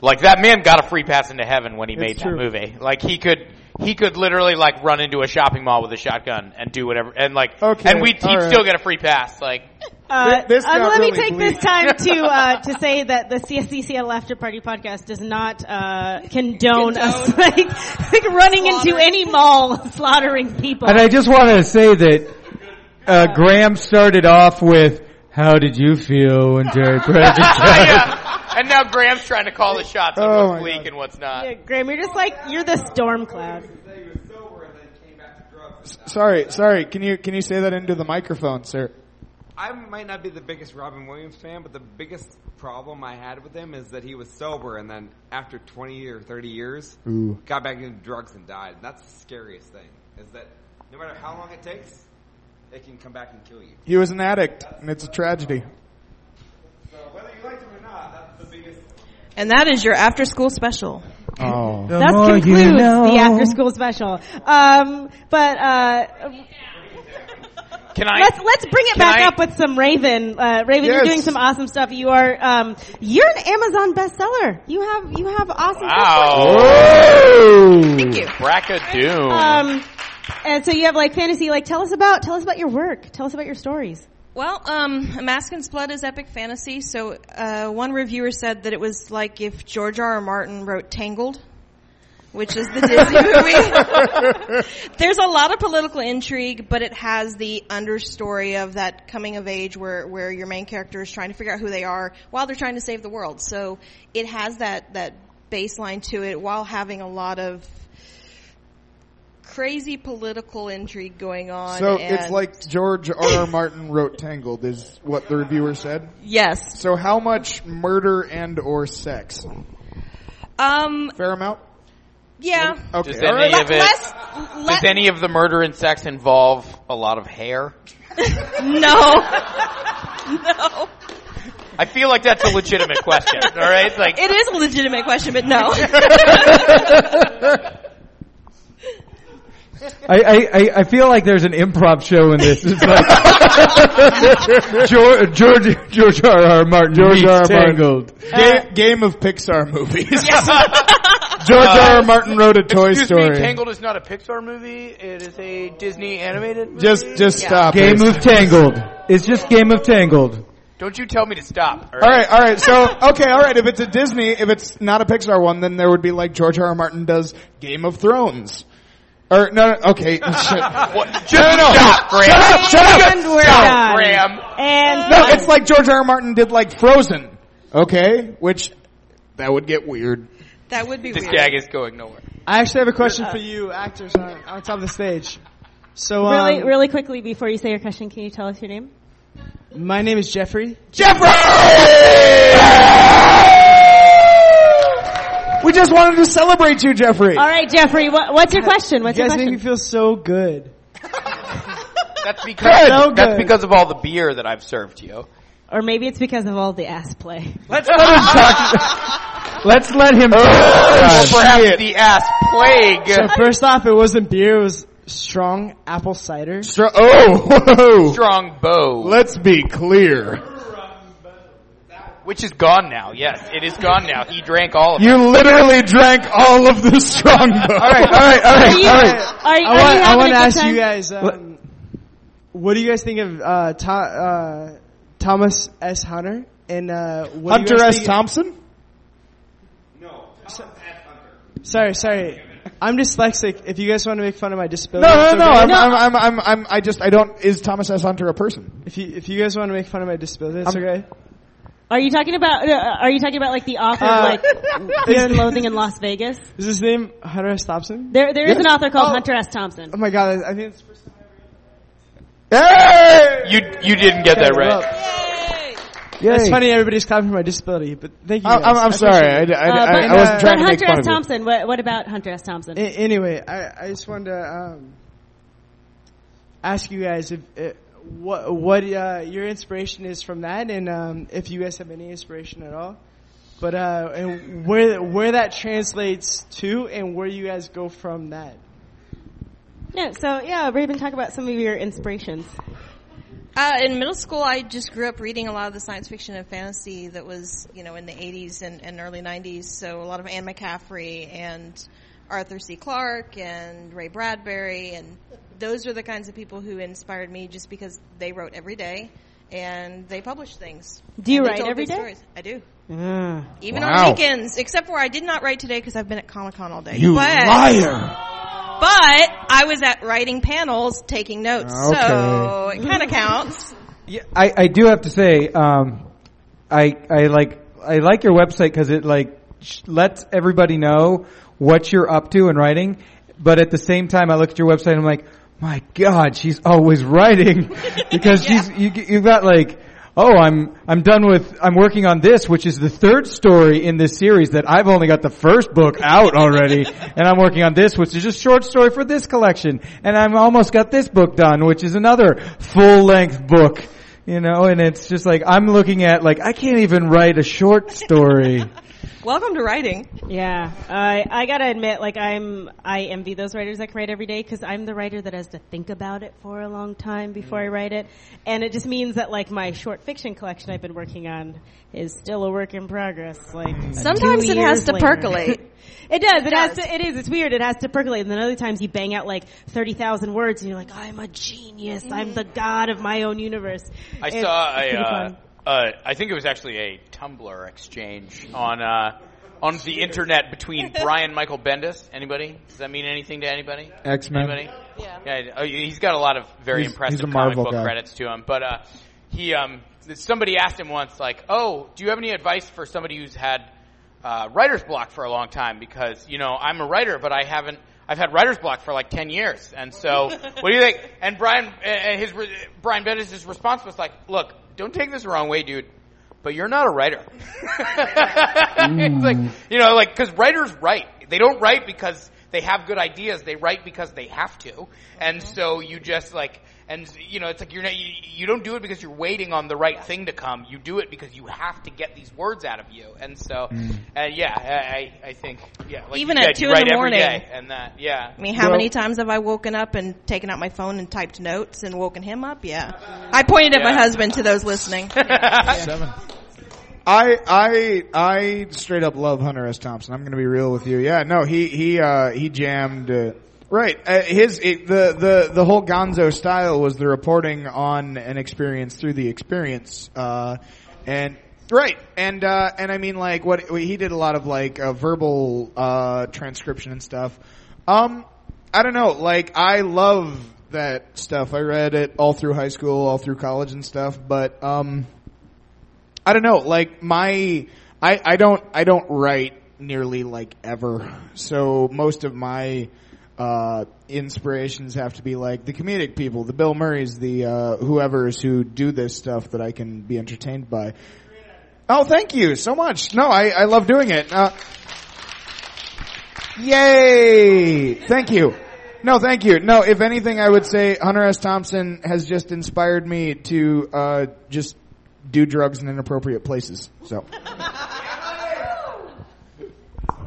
Speaker 2: like that man got a free pass into heaven when he made
Speaker 12: true.
Speaker 2: that movie. Like he could, he could literally like run into a shopping mall with a shotgun and do whatever, and like,
Speaker 9: Okay,
Speaker 2: and we would he'd
Speaker 9: all right.
Speaker 2: still get a free pass. Like,
Speaker 1: Uh,
Speaker 9: This
Speaker 1: um,
Speaker 9: got
Speaker 1: let me
Speaker 9: really
Speaker 1: take
Speaker 9: bleak.
Speaker 1: this time to uh, to say that the CSCCL After Party podcast does not uh, condone, us like, like running into any mall slaughtering people.
Speaker 3: And I just want to say that uh, Graham started off with, "How did you feel when Terry Pratchett died?"
Speaker 2: yeah. And now Graham's trying to call the shots on
Speaker 9: Oh
Speaker 2: what's
Speaker 9: my
Speaker 2: bleak
Speaker 9: God.
Speaker 2: and what's not.
Speaker 1: Yeah, Graham, you're just like you're the storm cloud.
Speaker 9: Sorry, sorry. Can you, can you say that into the microphone, sir?
Speaker 13: I might not be the biggest Robin Williams fan, but the biggest problem I had with him is that he was sober and then after 20 or 30 years, got back into drugs and died. And that's the scariest thing, is that no matter how long it takes, it can come back and kill you.
Speaker 9: He was an addict, and it's a tragedy.
Speaker 13: So whether you liked him or not, that's the biggest...
Speaker 7: And that is your after school special.
Speaker 4: Oh.
Speaker 1: Thus concludes the after school special. Um, but uh,
Speaker 2: Can I?
Speaker 1: let's let's bring it
Speaker 2: Can
Speaker 1: back
Speaker 2: I-
Speaker 1: up with some Raven. Uh, Raven, you're
Speaker 4: Yes.
Speaker 1: doing some awesome stuff. You are um, you're an Amazon bestseller. You have you have awesome stuff. going.
Speaker 4: Thank you.
Speaker 2: Brackadoon.
Speaker 1: Um, and so you have like fantasy. Like tell us about tell us about your work. Tell us about your stories.
Speaker 7: Well, um, A Mask and Blood is epic fantasy. So uh, one reviewer said that it was like if George R. R. Martin wrote Tangled, which is the Disney movie. There's a lot of political intrigue, but it has the understory of that coming of age where where your main character is trying to figure out who they are while they're trying to save the world. So it has that that baseline to it while having a lot of crazy political intrigue going on.
Speaker 9: So it's
Speaker 7: and-
Speaker 9: like George R. R. Martin wrote Tangled, is what the reviewer said.
Speaker 7: yes.
Speaker 9: So how much murder and or sex?
Speaker 7: Um,
Speaker 9: Fair amount.
Speaker 7: yeah.
Speaker 9: Okay,
Speaker 2: Does
Speaker 9: all
Speaker 2: any
Speaker 9: right.
Speaker 2: of it?
Speaker 7: Less,
Speaker 2: Does any of the murder and sex involve a lot of hair?
Speaker 7: no. no.
Speaker 2: I feel like that's a legitimate question. All right, It's like
Speaker 7: It is a legitimate question, but no.
Speaker 3: I, I, I- I feel like there's an improv show in this. It's like George George George R. R. Martin.
Speaker 4: George
Speaker 3: meets
Speaker 4: R. R.
Speaker 3: Tangled.
Speaker 4: Martin.
Speaker 9: Ga- game of Pixar movies.
Speaker 4: George R. R. Martin wrote a Toy
Speaker 2: Uh, excuse
Speaker 4: Story.
Speaker 2: me, Tangled is not a Pixar movie. It is a Disney animated. Movie.
Speaker 4: Just, just stop.
Speaker 3: Game of Tangled. It's just Game of Tangled.
Speaker 2: don't you tell me to stop. All
Speaker 9: All
Speaker 2: right.
Speaker 9: right, all right. So, okay, all right. If it's a Disney, if it's not a Pixar one, then there would be like George R. R. Martin does Game of Thrones. Or no, no okay. shit.
Speaker 2: What? Just stop, Graham.
Speaker 9: Shut up! Shut up!
Speaker 1: And we're
Speaker 8: Oh,
Speaker 1: done.
Speaker 9: Stop,
Speaker 2: Graham.
Speaker 1: And
Speaker 9: No, it's like George R. R. Martin did like Frozen. Okay, which that would get weird.
Speaker 7: that would be
Speaker 2: This
Speaker 7: weird.
Speaker 2: gag is going nowhere.
Speaker 8: I actually have a question for you, actors on, on top of the stage. So, um,
Speaker 1: really really quickly before you say your question, can you tell us your name?
Speaker 8: my name is Jeffrey.
Speaker 9: We just wanted to celebrate you, Jeffrey.
Speaker 1: All right, Jeffrey. What, what's your question? What's
Speaker 8: you
Speaker 1: your
Speaker 8: guys make me
Speaker 1: question?
Speaker 8: feel so good.
Speaker 2: That's because
Speaker 8: So good.
Speaker 2: that's because of all the beer that I've served you.
Speaker 1: Or maybe it's because of all the ass play.
Speaker 2: Let's let him
Speaker 3: Let's let
Speaker 9: Oh,
Speaker 3: him.
Speaker 2: Perhaps the ass plague.
Speaker 8: Oh, So first off, it wasn't beer, it was strong apple cider.
Speaker 9: Stro- oh, whoa.
Speaker 2: Strong bow,
Speaker 9: let's be clear.
Speaker 2: which is gone now. Yes, it is gone now. He drank all of it.
Speaker 9: You literally drank all of the strongbow. all right, all right, all
Speaker 1: Are you, are, you-
Speaker 8: I want,
Speaker 1: are you
Speaker 8: I
Speaker 1: having
Speaker 8: want
Speaker 1: a
Speaker 8: to
Speaker 1: good
Speaker 8: ask
Speaker 1: time?
Speaker 8: you guys, um, what do you guys think of uh, Tho- uh, Thomas S. Hunter and uh, what do you
Speaker 9: Hunter
Speaker 8: guys
Speaker 9: S.
Speaker 8: think-
Speaker 9: Thompson.
Speaker 8: Sorry, sorry, I'm dyslexic. If you guys want to make fun of my disability,
Speaker 9: No, no,
Speaker 8: it's
Speaker 9: no.
Speaker 8: okay.
Speaker 9: I'm, I'm, I'm, I'm, I'm, I just, I don't. Is Thomas S. Hunter a person?
Speaker 8: If you if you guys want to make fun of my disability, it's okay.
Speaker 1: Are you talking about? Uh, are you talking about like the author,
Speaker 8: Uh,
Speaker 1: of like Fear and Loathing in Las Vegas?
Speaker 8: Is his name Hunter S. Thompson?
Speaker 1: There, there is an author called
Speaker 8: Oh.
Speaker 1: Hunter S. Thompson.
Speaker 8: Oh my god, I think it's the first time.
Speaker 9: Hey!
Speaker 2: You you didn't get that right.
Speaker 8: It's funny everybody's clapping for my disability, but thank you.
Speaker 9: I,
Speaker 8: Guys.
Speaker 9: I'm, I'm
Speaker 8: I
Speaker 9: sorry.
Speaker 8: appreciate
Speaker 9: I,
Speaker 8: it.
Speaker 9: I,
Speaker 1: Uh,
Speaker 9: I,
Speaker 1: but
Speaker 9: I wasn't
Speaker 1: but
Speaker 9: trying to make
Speaker 1: Hunter
Speaker 9: fun
Speaker 1: S.
Speaker 9: of you.
Speaker 1: Thompson. What, what about Hunter S. Thompson?
Speaker 8: A- anyway, I, I just wanted to um, ask you guys if uh, what what uh, your inspiration is from that, and um, if you guys have any inspiration at all. But uh, and where where that translates to, and where you guys go from that.
Speaker 1: yeah. So yeah, Raven, talk about some of your inspirations.
Speaker 7: Uh, in middle school, I just grew up reading a lot of the science fiction and fantasy that was, you know, in the 80s and, and early 90s. So a lot of Anne McCaffrey and Arthur C. Clarke and Ray Bradbury. And those are the kinds of people who inspired me just because they wrote every day and they published things.
Speaker 1: Do you
Speaker 7: And they
Speaker 1: write
Speaker 7: told
Speaker 1: every
Speaker 7: good
Speaker 1: day?
Speaker 7: Stories. I do. Even on
Speaker 4: Ah. Wow.
Speaker 7: weekends, except for I did not write today because I've been at Comic Con all day.
Speaker 4: You
Speaker 7: but,
Speaker 4: liar.
Speaker 7: but I was at writing panels taking notes,
Speaker 3: Ah,
Speaker 7: so it kind of counts.
Speaker 3: Yeah, I, I do have to say, um, I I like I like your website because it like sh- lets everybody know what you're up to in writing. But at the same time, I look at your website and I'm like, my God, she's always writing because she's you, you've got like. Oh, I'm I'm done with I'm working on this, which is the third story in this series that I've only got the first book out already, and I'm working on this, which is a short story for this collection, and I'm almost got this book done, which is another full length book, you know, and it's just like I'm looking at like I can't even write a short story.
Speaker 7: Welcome to writing.
Speaker 1: Yeah, I I gotta admit, like I'm I envy those writers that can write every day because I'm the writer that has to think about it for a long time before
Speaker 2: Mm.
Speaker 1: I write it, and it just means that like my short fiction collection I've been working on is still a work in progress. Like
Speaker 2: Mm.
Speaker 6: Sometimes
Speaker 1: two
Speaker 6: it
Speaker 1: years
Speaker 6: has to
Speaker 1: later.
Speaker 6: percolate.
Speaker 1: It does. It, has
Speaker 6: does.
Speaker 1: to. It is. It's weird. It has to percolate. And then other times you bang out like thirty thousand words, and you're like, I'm a genius.
Speaker 6: Mm.
Speaker 1: I'm the god of my own universe.
Speaker 2: I
Speaker 1: It's- it's
Speaker 2: saw a,
Speaker 1: pretty
Speaker 2: uh,
Speaker 1: fun.
Speaker 2: uh, I think it was actually a Tumblr exchange on uh, on the internet between Brian Michael Bendis. Anybody? Does that mean anything to anybody?
Speaker 9: X Men.
Speaker 2: Anybody? Yeah, oh, he's got a lot of very
Speaker 9: He's-
Speaker 2: impressive
Speaker 9: he's a
Speaker 2: comic
Speaker 9: Marvel
Speaker 2: book
Speaker 9: guy.
Speaker 2: credits to him. But uh, he, um, somebody asked him once, like, "Oh, do you have any advice for somebody who's had uh, writer's block for a long time? Because you know, I'm a writer, but I haven't. I've had writer's block for like ten years. And so, what do you think?" And Brian, and his re- Brian Bendis' response was like, "Look, don't take this the wrong way, dude." But you're not a writer. it's like, you know, like, cause writers write. They don't write because they have good ideas. They write because they have to, and so you just like, and you know, it's like you're not, you, you don't do it because you're waiting on the right thing to come. You do it because you have to get these words out of you, and so, and yeah, I, I- I think, yeah, like
Speaker 7: Even
Speaker 2: you
Speaker 7: at
Speaker 2: said, you
Speaker 7: two in the
Speaker 2: write every
Speaker 7: morning.
Speaker 2: day and that, yeah,
Speaker 7: I mean, how many times have I woken up and taken out my phone and typed notes and woken him up? Uh, Yeah. I pointed at my
Speaker 2: Yeah.
Speaker 7: husband to those listening.
Speaker 9: Seven. I I I straight up love Hunter S. Thompson. I'm going to be real with you. Yeah, no, he he uh, he jammed. Uh, right, uh, his it, the the the whole Gonzo style was the reporting on an experience through the experience, uh, and right, and uh, and I mean like what he did a lot of like uh, verbal uh, transcription and stuff. Um, I don't know. Like I love that stuff. I read it all through high school, all through college and stuff. But um. I don't know. Like my, I I don't I don't write nearly like ever. So most of my uh, inspirations have to be like the comedic people, the Bill Murrays, the uh, whoever's who do this stuff that I can be entertained by. Oh, thank you so much. No, I I love doing it. Uh, Yay! Thank you. No, thank you. No, if anything, I would say Hunter S. Thompson has just inspired me to uh, just do drugs in inappropriate places. So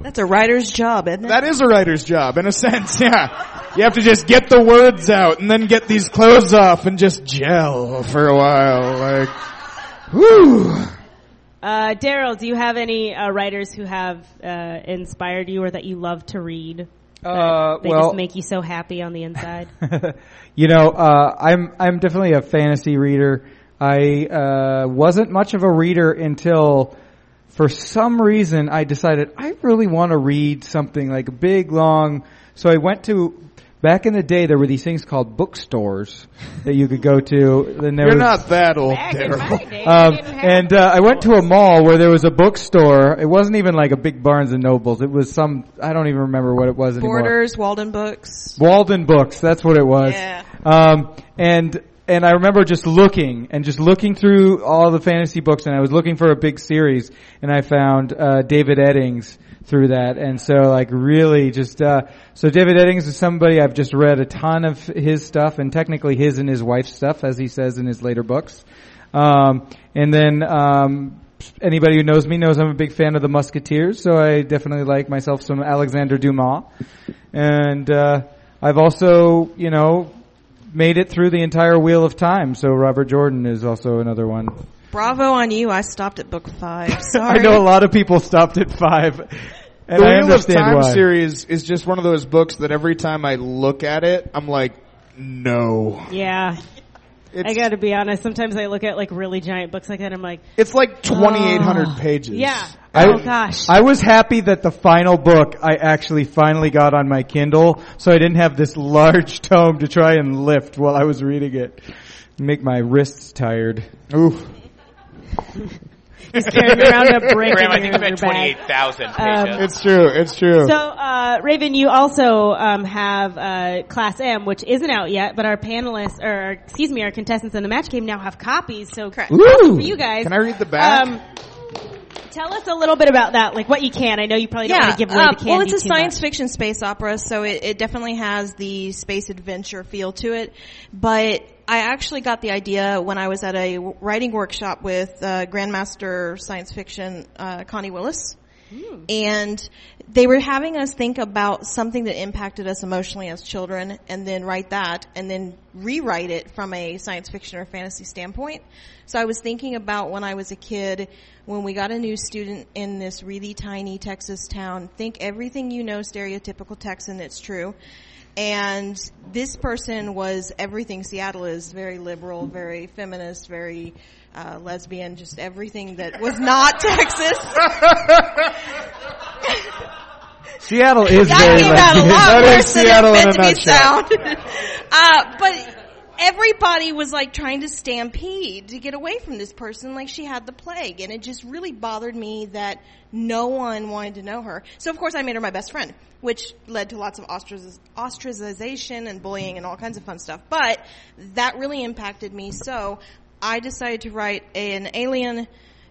Speaker 7: That's a writer's job, isn't it?
Speaker 9: that is a writer's job, in a sense. Yeah, you have to just get the words out and then get these clothes off and just gel for a while. Like, whew.
Speaker 1: Uh, Daryl, do you have any uh, writers who have uh, inspired you or that you love to read?
Speaker 3: Uh,
Speaker 1: They
Speaker 3: well,
Speaker 1: just make you so happy on the inside.
Speaker 3: you know, uh, I'm I'm definitely a fantasy reader. I uh, wasn't much of a reader until, for some reason, I decided I really want to read something like big, long. So I went to. Back in the day, there were these things called bookstores that you could go to. Then there
Speaker 9: you're
Speaker 3: was,
Speaker 9: not that old,
Speaker 1: Back in
Speaker 9: Daryl.
Speaker 1: my day,
Speaker 3: Um,
Speaker 1: I didn't have
Speaker 3: and uh, I went to a mall where there was a bookstore. It wasn't even like a big Barnes and Nobles. It was some I don't even remember what it was anymore.
Speaker 7: Borders, Walden Books.
Speaker 3: Walden Books. That's what it was.
Speaker 7: Yeah.
Speaker 3: Um, and and I remember just looking and just looking through all the fantasy books, and I was looking for a big series, and I found uh, David Eddings through that, and so like really just uh, so David Eddings is somebody I've just read a ton of his stuff, and technically his and his wife's stuff, as he says in his later books. Um, and then um, anybody who knows me knows I'm a big fan of the Musketeers, so I definitely like myself some Alexander Dumas. And uh, I've also, you know, made it through the entire Wheel of Time. So Robert Jordan is also another one.
Speaker 7: Bravo on you. I stopped at book five. Sorry.
Speaker 3: I know a lot of people stopped at five, and
Speaker 9: the
Speaker 3: I
Speaker 9: Wheel of
Speaker 3: understand
Speaker 9: Time
Speaker 3: why.
Speaker 9: series is just one of those books that every time I look at it, I'm like, no.
Speaker 1: yeah,
Speaker 9: It's,
Speaker 1: I gotta be honest. Sometimes I look at like really giant books like that. I'm like,
Speaker 9: it's like 2,800 pages.
Speaker 1: Oh, yeah.
Speaker 3: I-
Speaker 1: oh gosh.
Speaker 3: I was happy that the final book I actually finally got on my Kindle, so I didn't have this large tome to try and lift while I was reading it. Make my wrists tired.
Speaker 9: Oof.
Speaker 1: carrying around a brick
Speaker 2: Graham, I
Speaker 1: in your,
Speaker 2: think you meant
Speaker 1: your bag.
Speaker 2: twenty eight thousand
Speaker 1: Um,
Speaker 2: pages.
Speaker 9: It's true. It's true.
Speaker 1: So, uh, Raven, you also um, have uh, Class M, which isn't out yet, but our panelists, or excuse me, our contestants in the match game now have copies. So,
Speaker 7: Correct.
Speaker 1: awesome for you guys.
Speaker 9: Can I read the back?
Speaker 1: Um, tell us a little bit about that, like what you can. I know you probably don't
Speaker 7: yeah.
Speaker 1: want to give away
Speaker 7: uh,
Speaker 1: the candy
Speaker 7: well, it's a
Speaker 1: too
Speaker 7: science
Speaker 1: much.
Speaker 7: fiction space opera, so it, it definitely has the space adventure feel to it. But I actually got the idea when I was at a w- writing workshop with uh, Grandmaster Science Fiction uh, Connie Willis. and they were having us think about something that impacted us emotionally as children and then write that and then rewrite it from a science fiction or fantasy standpoint. So I was thinking about when I was a kid, when we got a new student in this really tiny Texas town, think everything you know stereotypical Texan, it's true. And this person was everything Seattle is, very liberal, very feminist, very uh, lesbian, just everything that was not Texas.
Speaker 3: Seattle is
Speaker 7: that
Speaker 3: very
Speaker 7: came out a
Speaker 3: lesbian.
Speaker 7: lot
Speaker 3: That is
Speaker 7: worse than
Speaker 3: Seattle
Speaker 7: it's
Speaker 3: in a
Speaker 7: meant to be
Speaker 3: nutshell.
Speaker 7: sound. uh, but everybody was like trying to stampede to get away from this person, like she had the plague, and it just really bothered me that no one wanted to know her. So of course I made her my best friend, which led to lots of ostracis- ostracization and bullying and all kinds of fun stuff. But that really impacted me, so I decided to write a- an alien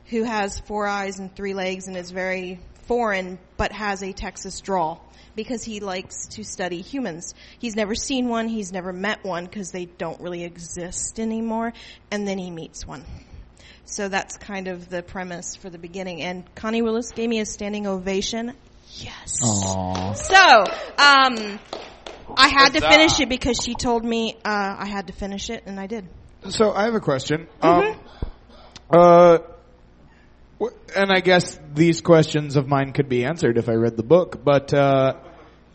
Speaker 7: who has four eyes and three legs and is very foreign but has a Texas drawl because he likes to study humans. He's never seen one, he's never met one because they don't really exist anymore, and then he meets one. So that's kind of the premise for the beginning. And Connie Willis gave me a standing ovation. Yes. So, um, I had to
Speaker 2: Huzzah.
Speaker 7: finish it because she told me uh, I had to finish it, and I did.
Speaker 9: So I have a question.
Speaker 7: Mm-hmm.
Speaker 9: Um, uh, wh- and I guess these questions of mine could be answered if I read the book, but uh,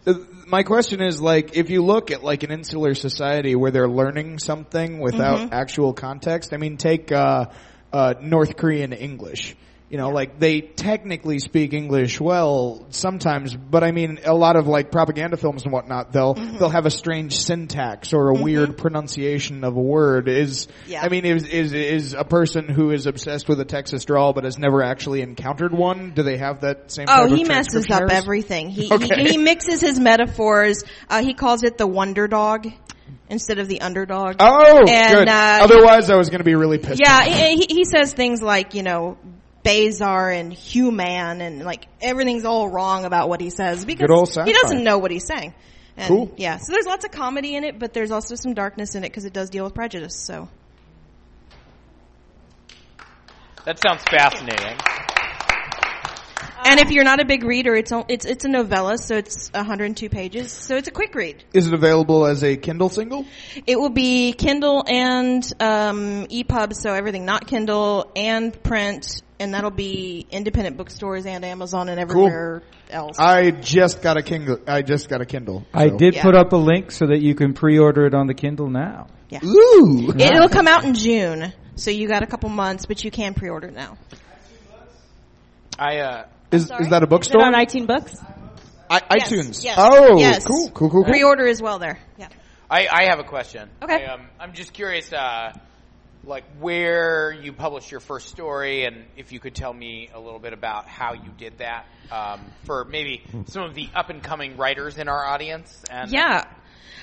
Speaker 9: th- my question is like if you look at like an insular society where they're learning something without
Speaker 7: Mm-hmm.
Speaker 9: actual context. I mean, take uh, uh, North Korean English. You know, like they technically speak English well sometimes, but I mean, a lot of like propaganda films and whatnot, they'll
Speaker 7: Mm-hmm.
Speaker 9: they'll have a strange syntax or a weird pronunciation of a word. Is
Speaker 7: Yeah.
Speaker 9: I mean, is is is a person who is obsessed with a Texas drawl but has never actually encountered one? Do they have that same?
Speaker 7: Oh,
Speaker 9: type of
Speaker 7: he messes up
Speaker 9: transcription errors?
Speaker 7: everything. He,
Speaker 9: Okay.
Speaker 7: he he mixes his metaphors. Uh, he calls it the wonder dog instead of the underdog.
Speaker 9: Oh,
Speaker 7: And,
Speaker 9: good.
Speaker 7: uh,
Speaker 9: Otherwise, I was going to be really pissed.
Speaker 7: Yeah, he, he- he says things like, you know, Bazar and human and like everything's all wrong about what he says because
Speaker 9: Good old
Speaker 7: he
Speaker 9: satire.
Speaker 7: doesn't know what he's saying. And,
Speaker 9: Cool.
Speaker 7: Yeah, so there's lots of comedy in it, but there's also some darkness in it because it does deal with prejudice. So
Speaker 2: That sounds fascinating.
Speaker 7: And if you're not a big reader, it's on- it's it's a novella, so it's 102 pages, so it's a quick read.
Speaker 9: Is it available as a Kindle single?
Speaker 7: It will be Kindle and um, EPUB, so everything not Kindle and print, and that'll be independent bookstores and Amazon and everywhere else.
Speaker 9: I just got a Kindle. I just got a Kindle.
Speaker 3: I
Speaker 9: so.
Speaker 3: did
Speaker 7: Yeah.
Speaker 3: put up a link so that you can pre-order it on the Kindle now.
Speaker 9: Ooh.
Speaker 7: It'll come out in June, so you got a couple months, but you can pre-order now.
Speaker 2: I uh,
Speaker 9: Is is that a
Speaker 1: Is it on
Speaker 9: bookstore?
Speaker 1: iTunes Books?
Speaker 9: I,
Speaker 7: Yes,
Speaker 9: iTunes.
Speaker 7: yes,
Speaker 9: Oh,
Speaker 7: yes.
Speaker 9: cool, cool, cool, cool.
Speaker 7: Pre-order as well there. Yeah.
Speaker 2: I, I have a question.
Speaker 7: Okay.
Speaker 2: I, um, I'm just curious, uh, like where you published your first story, and if you could tell me a little bit about how you did that um, for maybe some of the up and coming writers in our audience. And
Speaker 7: Yeah.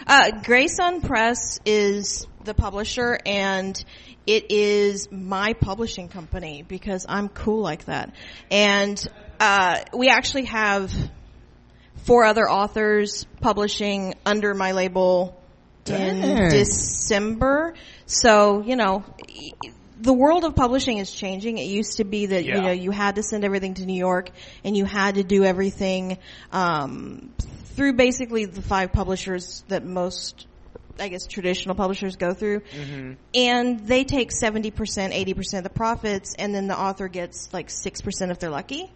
Speaker 7: Uh, Grayson Press is the publisher and it is my publishing company because I'm cool like that. And, uh, we actually have four other authors publishing under my label in
Speaker 9: Dang.
Speaker 7: December. So, you know, e- the world of publishing is changing. It used to be that, you
Speaker 2: Yeah.
Speaker 7: know, you had to send everything to New York and you had to do everything, um, through basically the five publishers that most, I guess, traditional publishers go through. And they take 70%, 80% of the profits and then the author gets like 6% if they're lucky.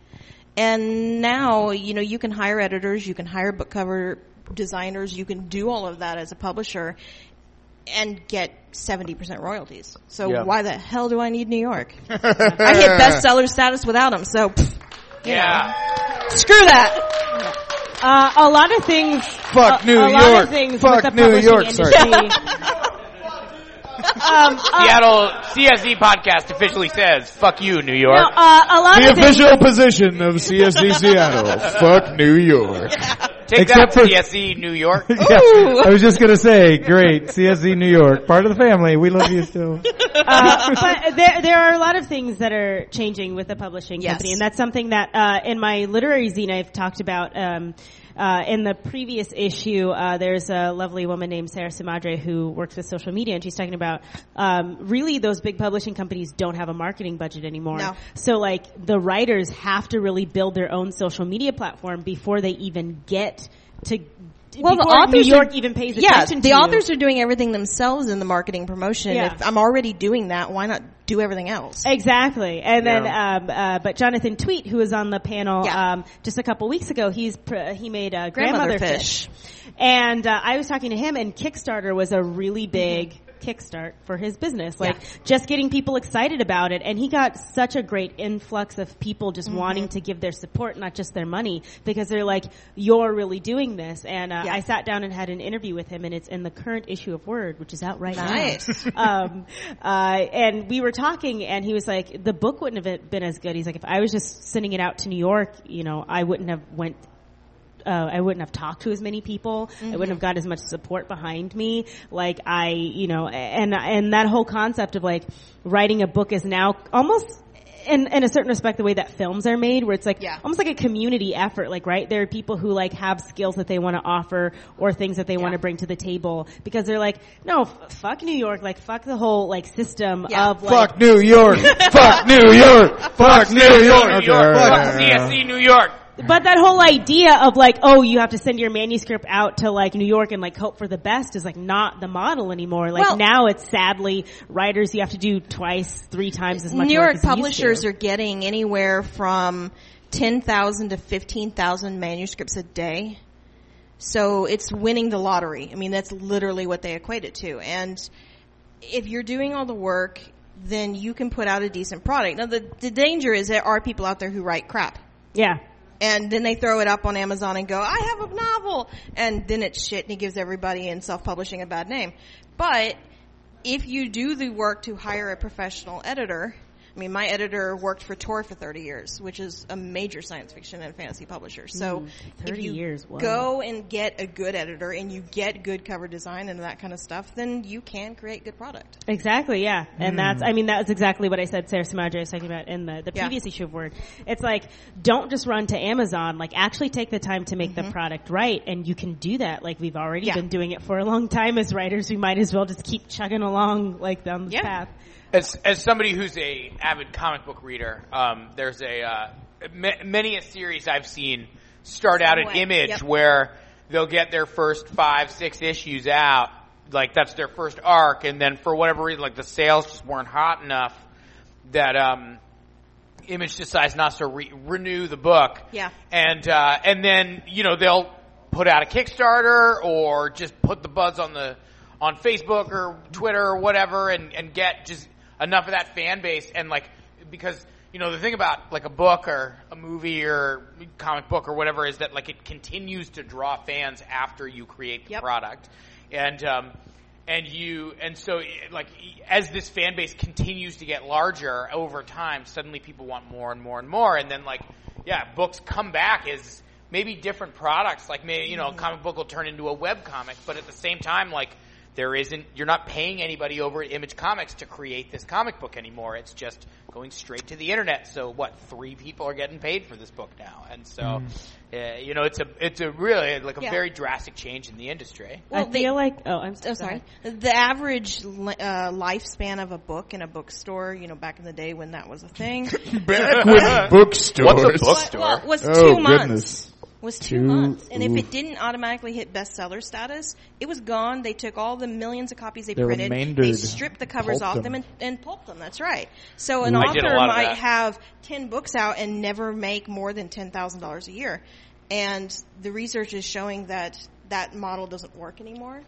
Speaker 7: And now, you know, you can hire editors, you can hire book cover designers, you can do all of that as a publisher and get 70% royalties. So
Speaker 9: Yeah.
Speaker 7: why the hell do I need New York? I hit bestseller status without them, so pff, you
Speaker 2: Yeah.
Speaker 7: know, screw that.
Speaker 1: Uh, a lot of things.
Speaker 9: Fuck
Speaker 1: a,
Speaker 9: New
Speaker 1: a Lot
Speaker 9: York.
Speaker 1: of things
Speaker 9: Fuck
Speaker 1: with the
Speaker 9: New
Speaker 1: publishing
Speaker 9: York, sorry.
Speaker 1: Industry. um, uh,
Speaker 2: Seattle CSE podcast officially says, "Fuck you, New York."
Speaker 1: no, uh, a lot
Speaker 9: The
Speaker 1: of things.
Speaker 9: official position of CSD Seattle. Fuck New York.
Speaker 2: Take that,
Speaker 3: Except for-
Speaker 2: CSE New York.
Speaker 3: Yeah, I was just gonna say, great, CSE New York, part of the family. We love you still.
Speaker 1: Uh, but there, there are a lot of things that are changing with the publishing
Speaker 7: Yes.
Speaker 1: company, and that's something that uh, in my literary zine I've talked about. Um, uh, in the previous issue, uh, there's a lovely woman named Sarah Simadre who works with social media, and she's talking about um, really those big publishing companies don't have a marketing budget anymore.
Speaker 7: No.
Speaker 1: So like the writers have to really build their own social media platform before they even get to.
Speaker 7: Well, the
Speaker 1: before New
Speaker 7: authors
Speaker 1: York
Speaker 7: are-
Speaker 1: even pays
Speaker 7: yeah,
Speaker 1: attention. to
Speaker 7: the
Speaker 1: you.
Speaker 7: authors are doing everything themselves in the marketing promotion.
Speaker 1: Yeah.
Speaker 7: If I'm already doing that, why not do everything else?
Speaker 1: Exactly. And then, um, uh, but Jonathan Tweet, who was on the panel
Speaker 7: Yeah.
Speaker 1: um, just a couple weeks ago, he's pr- he made uh, grandmother,
Speaker 7: Grandmother
Speaker 1: fish. And uh, I was talking to him, and Kickstarter was a really big kickstart for his business, like just getting people excited about it. And he got such a great influx of people just
Speaker 7: Mm-hmm.
Speaker 1: wanting to give their support, not just their money, because they're like, "You're really doing this." And uh,
Speaker 7: Yeah.
Speaker 1: I sat down and had an interview with him, and it's in the current issue of Word, which is out right now
Speaker 7: Nice.
Speaker 1: um, uh, and we were talking, and he was like, "The book wouldn't have been as good." He's like, "If I was just sending it out to New York, you know, I wouldn't have went." Uh, I wouldn't have talked to as many people. I wouldn't
Speaker 7: Mm-hmm.
Speaker 1: have got as much support behind me. Like I, you know, and and that whole concept of like writing a book is now almost, in in a certain respect, the way that films are made, where it's like
Speaker 7: Yeah.
Speaker 1: almost like a community effort. Like, right, there are people who like have skills that they want to offer or things that they want to bring to the table because they're like, no, f- fuck New York, like fuck the whole like system
Speaker 7: Yeah.
Speaker 1: of like.
Speaker 9: Fuck New York. Fuck New York. Fuck New York.
Speaker 2: Oh, New
Speaker 9: Okay,
Speaker 2: York.
Speaker 9: all
Speaker 2: Fuck
Speaker 9: right, all right, all right.
Speaker 2: CSE New York.
Speaker 1: But that whole idea of like, oh, you have to send your manuscript out to like New York and like hope for the best is like not the model anymore. Like
Speaker 7: Well-
Speaker 1: now it's sadly writers you have to do twice, three times as much.
Speaker 7: New
Speaker 1: work
Speaker 7: York
Speaker 1: as you used
Speaker 7: publishers
Speaker 1: to.
Speaker 7: are getting anywhere from 10,000 to 15,000 manuscripts a day. So it's winning the lottery. I mean, that's literally what they equate it to. And if you're doing all the work, then you can put out a decent product. Now, the, the danger is there are people out there who write crap.
Speaker 1: yeah.
Speaker 7: And then they throw it up on Amazon and go, I have a novel. And then it's shit and he gives everybody in self-publishing a bad name. But if you do the work to hire a professional editor, I mean, my editor worked for Tor for 30 years, which is a major science fiction and fantasy publisher. So if
Speaker 1: 30
Speaker 7: you
Speaker 1: years, wow.
Speaker 7: go and get a good editor and you get good cover design and that kind of stuff, then you can create good product.
Speaker 1: Exactly, yeah. And that's, I mean, that was exactly what I said Sarah Simadre was talking about in the, the
Speaker 7: Yeah.
Speaker 1: previous issue of Word. It's like, don't just run to Amazon, like actually take the time to make the product right, and you can do that. Like we've already
Speaker 7: Mm-hmm. Yeah.
Speaker 1: been doing it for a long time as writers, we might as well just keep chugging along like down the
Speaker 7: Yeah.
Speaker 1: path.
Speaker 2: As as somebody who's a avid comic book reader, um, there's a uh, ma- many a series I've seen start out at
Speaker 7: Somewhat,
Speaker 2: Image
Speaker 7: yep.
Speaker 2: where they'll get their first five six issues out, like that's their first arc, and then for whatever reason, like the sales just weren't hot enough that um, Image decides not to re- renew the book.
Speaker 7: Yeah.
Speaker 2: and uh, and then you know they'll put out a Kickstarter or just put the buzz on the on Facebook or Twitter or whatever, and and get just enough of that fan base and like because you know the thing about like a book or a movie or comic book or whatever is that like it continues to draw fans after you create the
Speaker 7: Yep.
Speaker 2: product and um, and you and so like as this fan base continues to get larger over time, suddenly people want more and more and more, and then like yeah, books come back as maybe different products. Like maybe you know, a comic book will turn into a web comic, but at the same time, like there isn't you're not paying anybody over at Image Comics to create this comic book anymore. It's just going straight to the internet. So what? Three people are getting paid for this book now, and so uh, you know it's a it's a really like a
Speaker 7: Yeah.
Speaker 2: very drastic change in the industry.
Speaker 7: Well,
Speaker 1: I
Speaker 7: they-
Speaker 1: feel like, oh, I'm so
Speaker 7: Oh, sorry. The average li- uh, lifespan of a book in a bookstore, you know, back in the day when that was a thing,
Speaker 9: Back with bookstores.
Speaker 2: What's a bookstore?
Speaker 7: Well, was two
Speaker 9: Oh,
Speaker 7: months.
Speaker 9: goodness.
Speaker 7: Was two,
Speaker 9: Two-
Speaker 7: months, and if
Speaker 9: oof.
Speaker 7: it didn't automatically hit bestseller status, it was gone. They took all the millions of copies they
Speaker 9: They were
Speaker 7: printed, they
Speaker 9: mandered.
Speaker 7: stripped the covers
Speaker 9: Pulped
Speaker 7: off them,
Speaker 9: them.
Speaker 7: and, and pulped them. That's right. So an
Speaker 9: Ooh.
Speaker 2: I did a
Speaker 7: author
Speaker 2: lot of
Speaker 7: might
Speaker 2: that.
Speaker 7: have ten books out and never make more than ten thousand dollars a year, and the research is showing that that model doesn't work anymore.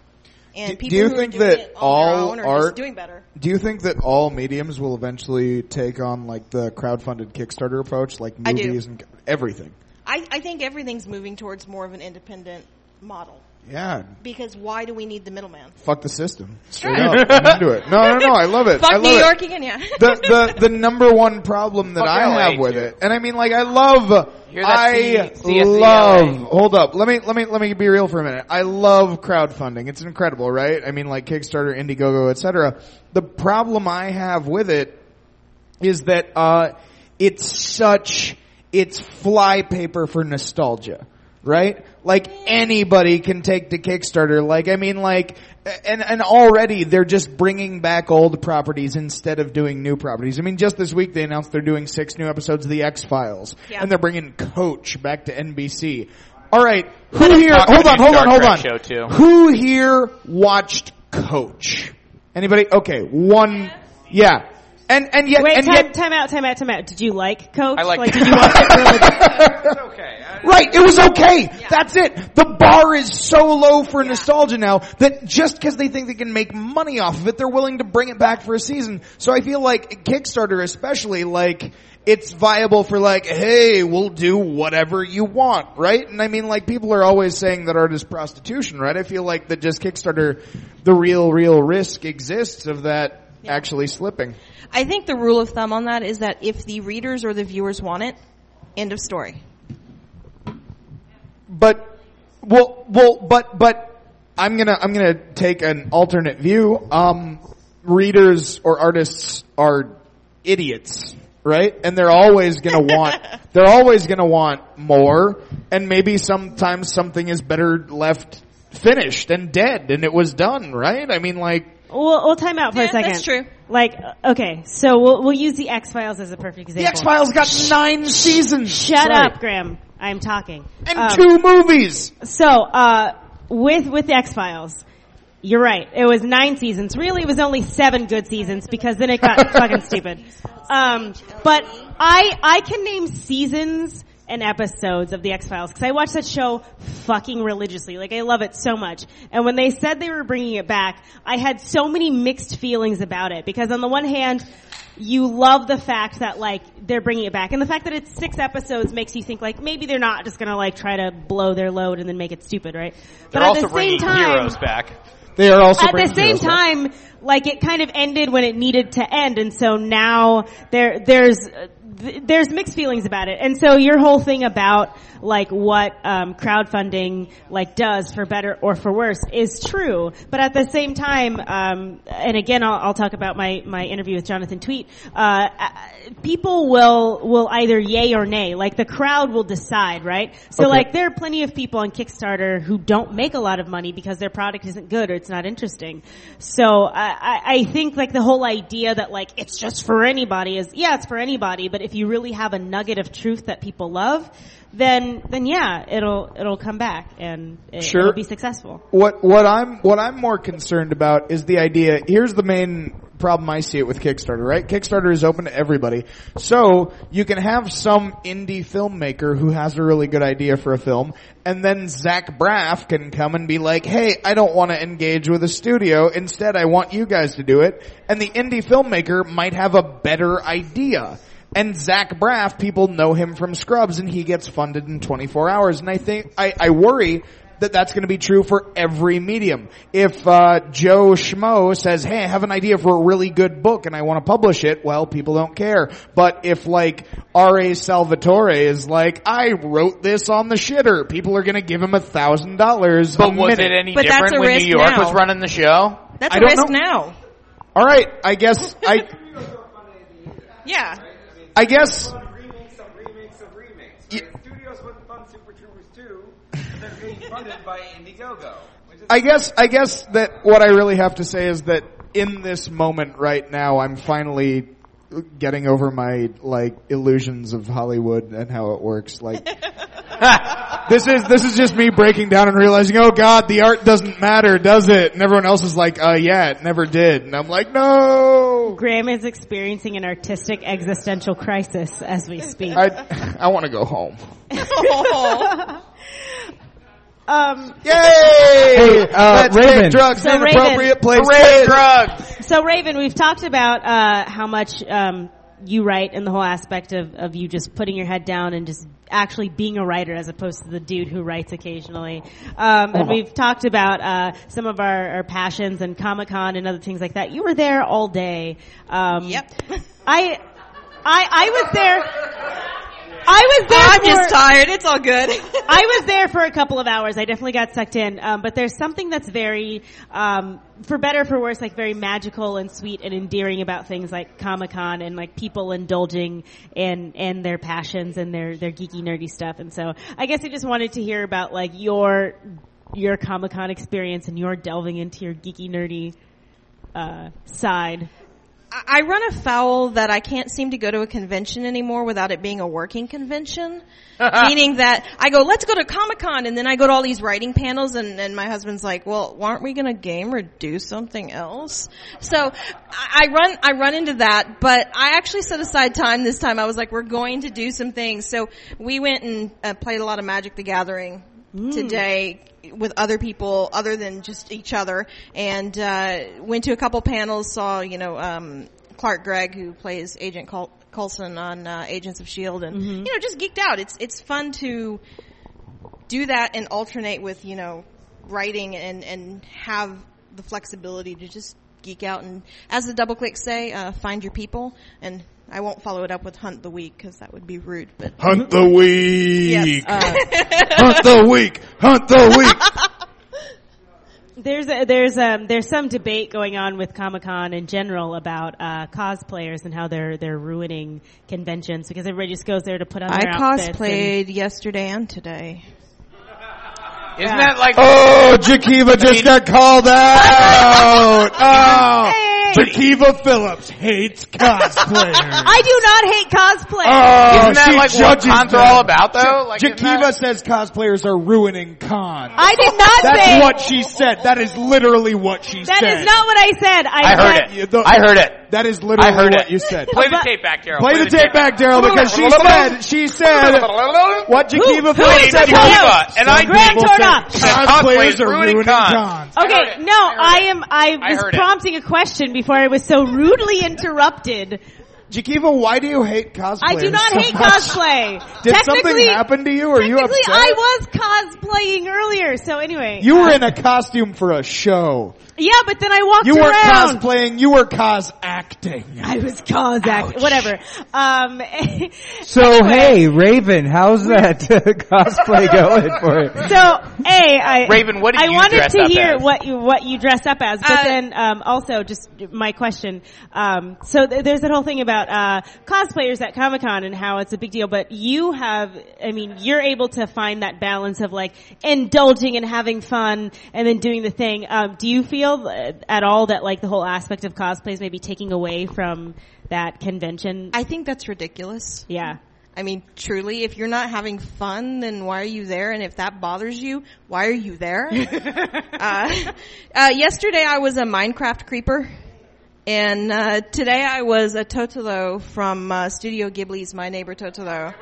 Speaker 7: And
Speaker 9: Do-
Speaker 7: people
Speaker 9: do you
Speaker 7: who
Speaker 9: think
Speaker 7: are doing
Speaker 9: that
Speaker 7: it on
Speaker 9: all
Speaker 7: their own are just
Speaker 9: art-
Speaker 7: doing better.
Speaker 9: Do you think that all mediums will eventually take on like the crowdfunded Kickstarter approach, like
Speaker 7: I do.
Speaker 9: movies and everything?
Speaker 7: I, I think everything's moving towards more of an independent model.
Speaker 9: Yeah.
Speaker 7: Because why do we need the middleman?
Speaker 9: Fuck the system. Straight up. I'm into it. No, no, no. I love it.
Speaker 7: Fuck
Speaker 9: I love
Speaker 7: New
Speaker 9: it.
Speaker 7: York again, yeah.
Speaker 9: the, the the number one problem that
Speaker 2: Fuck
Speaker 9: I
Speaker 2: LA
Speaker 9: have with
Speaker 2: too.
Speaker 9: it, and I mean, like, I love,
Speaker 2: You're that
Speaker 9: I
Speaker 2: C- CSE
Speaker 9: love.
Speaker 2: LA.
Speaker 9: Hold up, let me let me let me be real for a minute. I love crowdfunding; it's incredible, right? I mean, like Kickstarter, Indiegogo, etc. The problem I have with it is that uh, it's such it's flypaper for nostalgia, right? Like anybody can take the Kickstarter. Like I mean, like and and already they're just bringing back old properties instead of doing new properties. I mean, just this week they announced they're doing six new episodes of the X Files,
Speaker 7: Yeah.
Speaker 9: and they're bringing Coach back to NBC. All right, who here?
Speaker 2: Talk
Speaker 9: Uh, Hold
Speaker 2: about
Speaker 9: on,
Speaker 2: the
Speaker 9: hold
Speaker 2: Star
Speaker 9: on, hold
Speaker 2: Trek
Speaker 9: on.
Speaker 2: show, too.
Speaker 9: Who here watched Coach? Anybody? Okay, one. Yeah, and and yet
Speaker 1: Wait,
Speaker 9: and
Speaker 1: time,
Speaker 9: yet
Speaker 1: time out, time out, time out. Did you like Coach?
Speaker 2: I liked
Speaker 1: did
Speaker 2: it.
Speaker 1: you watch it?
Speaker 13: It's okay. I-
Speaker 9: Right, it was okay. That's it. The bar is so low for nostalgia now that just because they think they can make money off of it, they're willing to bring it back for a season. So I feel like Kickstarter especially, like, it's viable for like, hey, we'll do whatever you want, right? And I mean, like, people are always saying that art is prostitution, right? I feel like that just Kickstarter, the real, real risk exists of that actually slipping.
Speaker 7: I think the rule of thumb on that is that if the readers or the viewers want it, end of story.
Speaker 9: but well well but but i'm gonna i'm gonna take an alternate view um readers or artists are idiots right and they're always gonna want they're always gonna want more and maybe sometimes something is better left finished and dead and it was done right i mean like
Speaker 1: We'll, we'll time out for a
Speaker 7: Yeah,
Speaker 1: second.
Speaker 7: that's true.
Speaker 1: Like, uh, okay, so we'll, we'll use the X Files as a perfect
Speaker 9: the
Speaker 1: example.
Speaker 9: X Files got nine seasons.
Speaker 1: Shut
Speaker 9: Sorry.
Speaker 1: up, Graham. I'm talking.
Speaker 9: And
Speaker 1: Um,
Speaker 9: two movies.
Speaker 1: So, uh, with, with the X Files, you're right. It was nine seasons. Really, it was only seven good seasons because then it got fucking stupid. Um, but I, I can name seasons and episodes of the X Files because I watch that show fucking religiously. Like I love it so much. And when they said they were bringing it back, I had so many mixed feelings about it because on the one hand, you love the fact that like they're bringing it back and the fact that it's six episodes makes you think like maybe they're not just gonna like try to blow their load and then make it stupid, right?
Speaker 2: They're
Speaker 1: but at
Speaker 2: also
Speaker 1: the same
Speaker 2: bringing
Speaker 1: time,
Speaker 2: heroes back.
Speaker 9: They are also
Speaker 1: at the
Speaker 9: bringing
Speaker 1: same
Speaker 9: heroes back.
Speaker 1: time, like it kind of ended when it needed to end, and so now there there's uh, th- there's mixed feelings about it. And so your whole thing about like what um, crowdfunding like does for better or for worse is true, but at the same time, um, and again, I'll, I'll talk about my my interview with Jonathan Tweet. Uh, uh, people will will either yay or nay. Like the crowd will decide, right? So
Speaker 9: Okay.
Speaker 1: like there are plenty of people on Kickstarter who don't make a lot of money because their product isn't good or it's not interesting. So I, I, I think like the whole idea that like it's just for anybody is yeah, it's for anybody. But if you really have a nugget of truth that people love, then then yeah, it'll it'll come back and it,
Speaker 9: Sure.
Speaker 1: it'll be successful.
Speaker 9: what what I'm what I'm more concerned about is the idea. Here's the main problem I see it with Kickstarter, right? Kickstarter is open to everybody. So, you can have some indie filmmaker who has a really good idea for a film and then Zach Braff can come and be like, "Hey, I don't want to engage with a studio. Instead, I want you guys to do it." And the indie filmmaker might have a better idea. And Zach Braff, people know him from Scrubs, and he gets funded in 24 hours. And I think I, I worry that that's going to be true for every medium. If uh, Joe Schmo says, "Hey, I have an idea for a really good book and I want to publish it," well, people don't care. But if like R.A. Salvatore is like, "I wrote this on the shitter," people are going to give him a thousand dollars.
Speaker 2: But was it any
Speaker 7: But that's
Speaker 2: different
Speaker 7: a
Speaker 2: when New
Speaker 7: risk
Speaker 2: York
Speaker 7: now.
Speaker 2: was running the show?
Speaker 7: That's
Speaker 9: I
Speaker 7: a
Speaker 9: don't
Speaker 7: risk
Speaker 9: know.
Speaker 7: now.
Speaker 9: All right, I guess I,
Speaker 7: Yeah.
Speaker 9: I guess
Speaker 13: remakes of remakes of remakes. Where Studios wouldn't fund Super Troopers 2, and they're being funded by Indiegogo. Which is
Speaker 9: I guess I guess that what I really have to say is that in this moment right now, I'm finally getting over my like illusions of Hollywood and how it works. Like this is this is just me breaking down and realizing, oh God, the art doesn't matter, does it? And everyone else is like, uh, yeah, it never did. And I'm like, no.
Speaker 1: Graham is experiencing an artistic existential crisis as we speak.
Speaker 9: I I want to go home.
Speaker 1: Um,
Speaker 9: Yay!
Speaker 3: uh,
Speaker 9: Let's
Speaker 3: Raven.
Speaker 9: take drugs
Speaker 1: So
Speaker 9: in appropriate
Speaker 1: Raven-
Speaker 9: places.
Speaker 2: drugs.
Speaker 1: So Raven, we've talked about uh, how much um, you write and the whole aspect of, of you just putting your head down and just actually being a writer as opposed to the dude who writes occasionally. Um, and we've talked about uh, some of our, our passions and Comic Con and other things like that. You were there all day. Um,
Speaker 7: Yep.
Speaker 1: I, I, I was there. I was there.
Speaker 7: I'm
Speaker 1: for-
Speaker 7: just tired. It's all good.
Speaker 1: I was there for a couple of hours. I definitely got sucked in. Um, but there's something that's very, um, for better or for worse, like very magical and sweet and endearing about things like Comic Con and like people indulging in and their passions and their their geeky nerdy stuff. And so I guess I just wanted to hear about like your your Comic Con experience and your delving into your geeky nerdy uh, side.
Speaker 7: I I run afoul that I can't seem to go to a convention anymore without it being a working convention. Meaning that I go, let's go to Comic Con, and then I go to all these writing panels, and, and my husband's like, well, aren't we gonna game or do something else? So I, I run, I run into that, but I actually set aside time this time. I was like, we're going to do some things. So we went and uh, played a lot of Magic the Gathering
Speaker 1: Mm.
Speaker 7: today with other people other than just each other and uh, went to a couple panels saw you know um, clark gregg who plays agent Col- colson on uh, agents of shield and
Speaker 1: Mm-hmm.
Speaker 7: you know just geeked out it's it's fun to do that and alternate with you know writing and and have the flexibility to just geek out and as the double clicks say uh, find your people and i won't follow it up with hunt the week because that would be rude but
Speaker 9: Hunt the weak.
Speaker 7: yes, uh,
Speaker 9: Hunt the weak. Hunt the weak.
Speaker 1: There's a, there's um there's some debate going on with Comic Con in general about uh, cosplayers and how they're they're ruining conventions because everybody just goes there to put on
Speaker 7: I
Speaker 1: their outfits. and-
Speaker 7: cosplayed yesterday and today.
Speaker 2: Isn't that like
Speaker 9: Oh, Jakiva just got called out. Oh,
Speaker 1: Hey!
Speaker 9: Jakiva Phillips hates cosplayers.
Speaker 1: I do not hate cosplay.
Speaker 9: Oh,
Speaker 2: isn't that
Speaker 9: she
Speaker 2: like what
Speaker 9: judges
Speaker 2: cons are
Speaker 9: them.
Speaker 2: all about
Speaker 1: Oh,
Speaker 2: though? Like, isn't
Speaker 9: Jakiva
Speaker 2: that-
Speaker 9: says cosplayers are ruining cons.
Speaker 1: I did not
Speaker 9: That's
Speaker 1: say
Speaker 9: what she said. That is literally what she
Speaker 1: that
Speaker 9: said.
Speaker 1: is not what I said. I,
Speaker 2: I heard
Speaker 1: said-
Speaker 9: You
Speaker 2: it.
Speaker 9: don't-
Speaker 2: I heard it.
Speaker 9: That is
Speaker 2: I
Speaker 9: literally
Speaker 2: heard
Speaker 9: what
Speaker 2: it.
Speaker 9: you said.
Speaker 2: Play the tape back, Daryl.
Speaker 9: Play the tape back, Daryl, because she said she said what Jakiva
Speaker 1: who
Speaker 9: Phillips
Speaker 1: is
Speaker 9: said.
Speaker 1: Jakiva?
Speaker 9: was-
Speaker 2: Uh, And I-
Speaker 9: Some people
Speaker 1: Grand
Speaker 9: said
Speaker 1: Torah.
Speaker 9: Cosplayers are ruining
Speaker 2: cons.
Speaker 9: cons.
Speaker 2: I
Speaker 1: Okay,
Speaker 2: heard it.
Speaker 1: no, I, am. I
Speaker 2: I
Speaker 1: was
Speaker 2: heard it.
Speaker 1: prompting a question before I was so rudely interrupted.
Speaker 9: Jakiva, why do you hate cosplayers?
Speaker 1: I do not
Speaker 9: so
Speaker 1: hate
Speaker 9: much?
Speaker 1: cosplay.
Speaker 9: Did something
Speaker 1: Technically-
Speaker 9: happen to you? Or are you
Speaker 1: Technically,
Speaker 9: upset?
Speaker 1: I was cosplaying earlier. So anyway, uh,
Speaker 9: you were in a costume for a show.
Speaker 1: yeah, but then I walked
Speaker 9: You weren't
Speaker 1: around.
Speaker 9: cosplaying. You were cos acting.
Speaker 1: I was called that. Whatever. Um,
Speaker 3: So hey, Raven, how's that cosplay going for you?
Speaker 1: so a I
Speaker 2: Raven, what did
Speaker 1: I
Speaker 2: you
Speaker 1: wanted
Speaker 2: dress
Speaker 1: to
Speaker 2: up
Speaker 1: hear
Speaker 2: as?
Speaker 1: what you what you dress up as, but
Speaker 7: Uh,
Speaker 1: then um, also just my question. Um, so th- there's that whole thing about uh, cosplayers at Comic Con and how it's a big deal, but you have, I mean, you're able to find that balance of like indulging and having fun and then doing the thing. Um, do you feel uh, at all that like the whole aspect of cosplay is maybe taking away from that convention?
Speaker 7: I think that's ridiculous.
Speaker 1: yeah.
Speaker 7: I mean, truly, if you're not having fun, then why are you there? And if that bothers you, why are you there? uh, uh, yesterday I was a Minecraft creeper, and uh, today I was a Totoro from uh, Studio Ghibli's My Neighbor Totoro.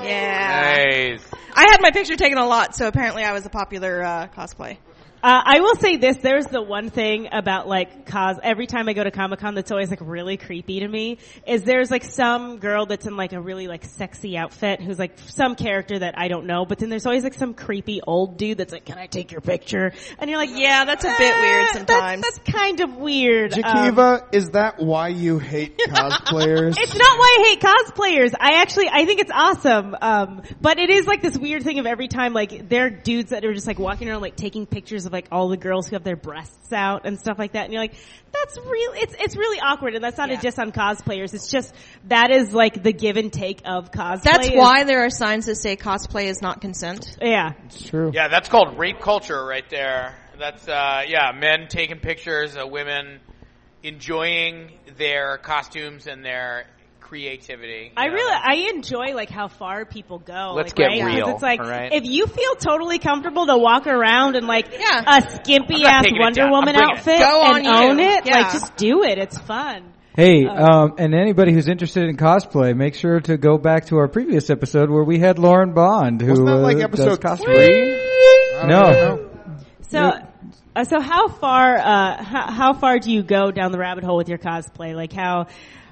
Speaker 7: Yeah.
Speaker 2: Nice.
Speaker 7: I had my picture taken a lot, so apparently I was a popular uh, cosplay.
Speaker 1: Uh, I will say this: there's the one thing about like cos. Every time I go to Comic Con, that's always like really creepy to me. Is there's like some girl that's in like a really like sexy outfit who's like some character that I don't know, but then there's always like some creepy old dude that's like, "Can I take your picture?" And you're like,
Speaker 7: Yeah, that's a bit weird
Speaker 1: "Eh,
Speaker 7: sometimes.
Speaker 1: That's, that's kind of weird." Um,
Speaker 9: Jakiva, is that why you hate cosplayers?
Speaker 1: it's not why I hate cosplayers. I actually, I think it's awesome. Um, but it is like this weird thing of every time, like, there are dudes that are just like walking around, like taking pictures of like all the girls who have their breasts out and stuff like that. And you're like, that's real, it's, it's really awkward. And that's not a diss on cosplayers. It's just, that is like the give and take of cosplay.
Speaker 7: That's
Speaker 1: is-
Speaker 7: why there are signs that say cosplay is not consent.
Speaker 1: Yeah.
Speaker 2: Yeah, that's called rape culture right there. That's uh yeah, men taking pictures of women enjoying their costumes and their creativity.
Speaker 1: I
Speaker 2: You know,
Speaker 1: really,
Speaker 2: that's-
Speaker 1: I enjoy like how far people go.
Speaker 2: Let's
Speaker 1: like,
Speaker 2: get
Speaker 1: right? 'Cause
Speaker 2: real,
Speaker 1: It's like
Speaker 2: all right?
Speaker 1: if you feel totally comfortable to walk around in like
Speaker 7: Yeah.
Speaker 1: a skimpy
Speaker 2: I'm not
Speaker 1: ass
Speaker 2: taking it
Speaker 1: Wonder
Speaker 2: down.
Speaker 1: Woman
Speaker 2: I'm bringing it.
Speaker 1: outfit
Speaker 7: Go
Speaker 1: and
Speaker 7: on you.
Speaker 1: own it,
Speaker 7: Yeah.
Speaker 1: like just do it. It's fun.
Speaker 3: Hey, um, and anybody who's interested in cosplay, make sure to go back to our previous episode where we had Lauren Bond, who
Speaker 9: Wasn't that like
Speaker 3: uh,
Speaker 9: episode
Speaker 3: does cosplay.
Speaker 9: three?
Speaker 3: No,
Speaker 1: So, uh, so how far, uh, how, how far do you go down the rabbit hole with your cosplay? Like how,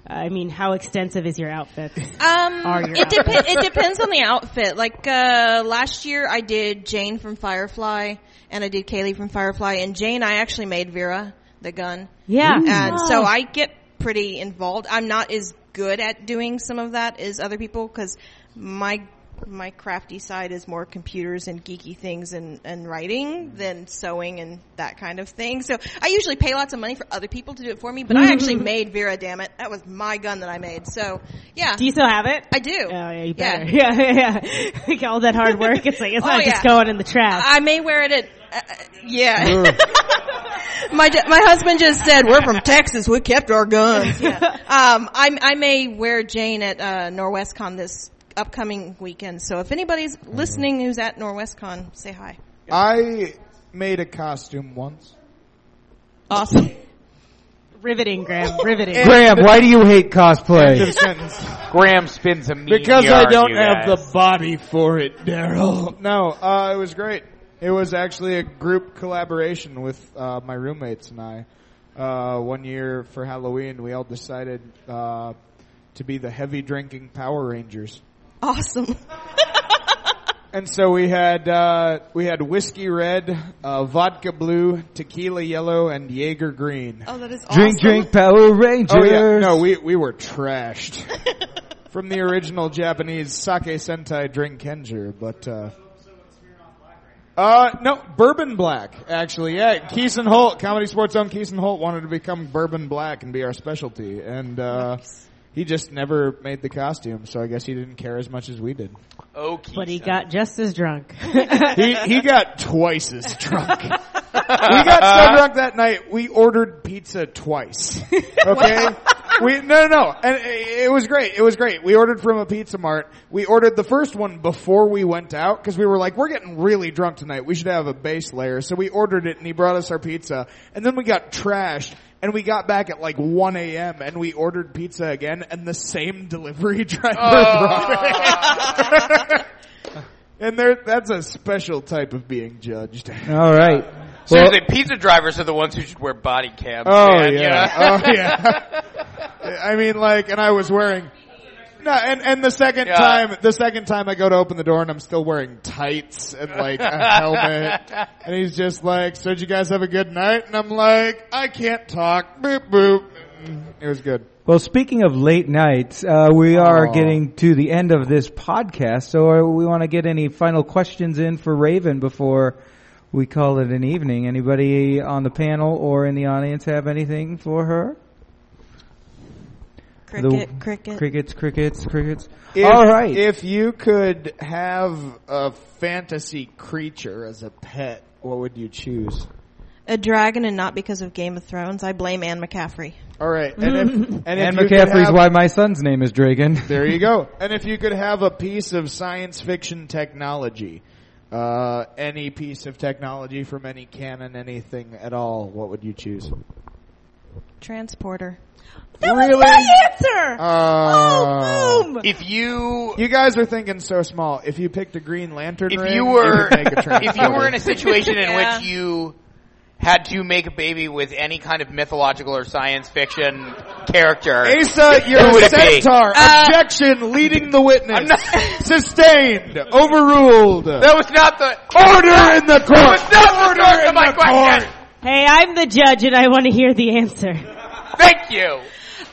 Speaker 1: I mean, how extensive is your outfit? Are
Speaker 7: Um,
Speaker 1: your
Speaker 7: it, depe- it depends on the outfit. Like uh, last year, I did Jane from Firefly, and I did Kaylee from Firefly. And Jane, I actually made Vera the gun.
Speaker 1: Yeah. Ooh.
Speaker 7: and so
Speaker 1: Oh.
Speaker 7: I get pretty involved. I'm not as good at doing some of that as other people because my my crafty side is more computers and geeky things and, and writing than sewing and that kind of thing. So I usually pay lots of money for other people to do it for me, but I actually
Speaker 1: Mm-hmm.
Speaker 7: made Vera, damn it. That was my gun that I made. So yeah.
Speaker 1: Do you still have it?
Speaker 7: I do.
Speaker 1: Oh yeah, you better. Yeah, yeah, yeah. Like, all that hard work, it's like it's
Speaker 7: Oh,
Speaker 1: not just
Speaker 7: yeah.
Speaker 1: going in the trash.
Speaker 7: I may wear it at, uh, uh, yeah. my d- my husband just said we're from Texas. We kept our guns. Yeah. Um, I I may wear Jane at uh, NorwestCon this upcoming weekend. So if anybody's
Speaker 3: Mm-hmm.
Speaker 7: listening who's at NorwestCon, say hi.
Speaker 9: I made a costume once.
Speaker 7: Awesome.
Speaker 1: riveting, Graham. Riveting.
Speaker 3: Graham, why do you hate cosplay?
Speaker 2: Graham spins a meat
Speaker 9: Because I
Speaker 2: yarn,
Speaker 9: don't
Speaker 2: you
Speaker 9: have
Speaker 2: guys.
Speaker 9: the body for it, Daryl. No, uh, it was great. It was actually a group collaboration with uh, my roommates and I. Uh, one year for Halloween, we all decided uh, to be the heavy drinking Power Rangers.
Speaker 7: Awesome.
Speaker 9: And so we had uh, we had whiskey red, uh, vodka blue, tequila yellow, and Jaeger green.
Speaker 7: Oh, that is awesome.
Speaker 3: Drink, drink, Power Rangers.
Speaker 9: Oh yeah, no, we we were trashed from the original Japanese sake sentai drink Kenjir, but. Uh, uh, no, Bourbon Black, actually, yeah. Keeson Holt, Comedy Sports Zone Keeson Holt wanted to become Bourbon Black and be our specialty, and, uh, he just never made the costume, so I guess he didn't care as much as we did.
Speaker 2: Oh,
Speaker 1: But he
Speaker 2: Keisha.
Speaker 1: got just as drunk.
Speaker 9: He, he got twice as drunk. we got so drunk that night, we ordered pizza twice. Okay? we, no, no, no. And it it was great. It was great. We ordered from a pizza mart. We ordered the first one before we went out because we were like, we're getting really drunk tonight. We should have a base layer. So we ordered it and he brought us our pizza. And then we got trashed. And we got back at like 1 a.m. and we ordered pizza again and the same delivery driver brought it. And there, that's a special type of being judged.
Speaker 3: All right. Well,
Speaker 2: Seriously, pizza drivers are the ones who should wear body cams.
Speaker 9: Oh
Speaker 2: man, you
Speaker 9: yeah.
Speaker 2: know?
Speaker 9: Oh yeah. I mean, like, and I was wearing. No, and and the second
Speaker 2: Yeah.
Speaker 9: time, the second time I go to open the door and I'm still wearing tights and like a helmet, and he's just like, "So did you guys have a good night?" And I'm like, "I can't talk." Boop boop. It was good.
Speaker 3: well, speaking of late nights, uh, we are getting to the end of this podcast, so uh, we want to get any final questions in for Raven before we call it an evening. Anybody on the panel or in the audience have anything for her? The-
Speaker 7: Cricket, cricket.
Speaker 3: crickets, crickets, crickets. All right.
Speaker 9: If you could have a fantasy creature as a pet, what would you choose?
Speaker 7: A dragon and not because of Game of Thrones. I blame Anne McCaffrey.
Speaker 9: All right, and if and,
Speaker 3: and
Speaker 9: if you could
Speaker 3: McCaffrey's
Speaker 9: have-
Speaker 3: why my son's name is Dragon.
Speaker 9: There you go. And if you could have a piece of science fiction technology, uh, any piece of technology from any canon, anything at all, what would you choose?
Speaker 7: Transporter.
Speaker 1: that
Speaker 9: really?
Speaker 1: was my answer.
Speaker 7: Oh,
Speaker 9: Uh,
Speaker 1: Boom.
Speaker 2: If you
Speaker 9: You guys are thinking so small. If you picked a Green Lantern,
Speaker 2: if
Speaker 9: ring,
Speaker 2: you
Speaker 9: could
Speaker 2: were
Speaker 9: make a
Speaker 2: if you were in
Speaker 9: transporter.
Speaker 2: a situation in
Speaker 7: Yeah.
Speaker 2: which you had to make a baby with any kind of mythological or science fiction character,
Speaker 9: Asa, you're
Speaker 2: Who would
Speaker 9: a
Speaker 2: it be?
Speaker 9: centaur.
Speaker 7: Uh,
Speaker 9: Objection, leading the witness.
Speaker 2: I'm not-
Speaker 9: Sustained, overruled.
Speaker 2: that was not the
Speaker 9: order in the court.
Speaker 2: that was not order the
Speaker 9: Order
Speaker 2: source of
Speaker 9: in
Speaker 2: my
Speaker 9: the
Speaker 2: question.
Speaker 9: court.
Speaker 1: Hey, I'm the judge, and I want to hear the answer.
Speaker 2: Thank you.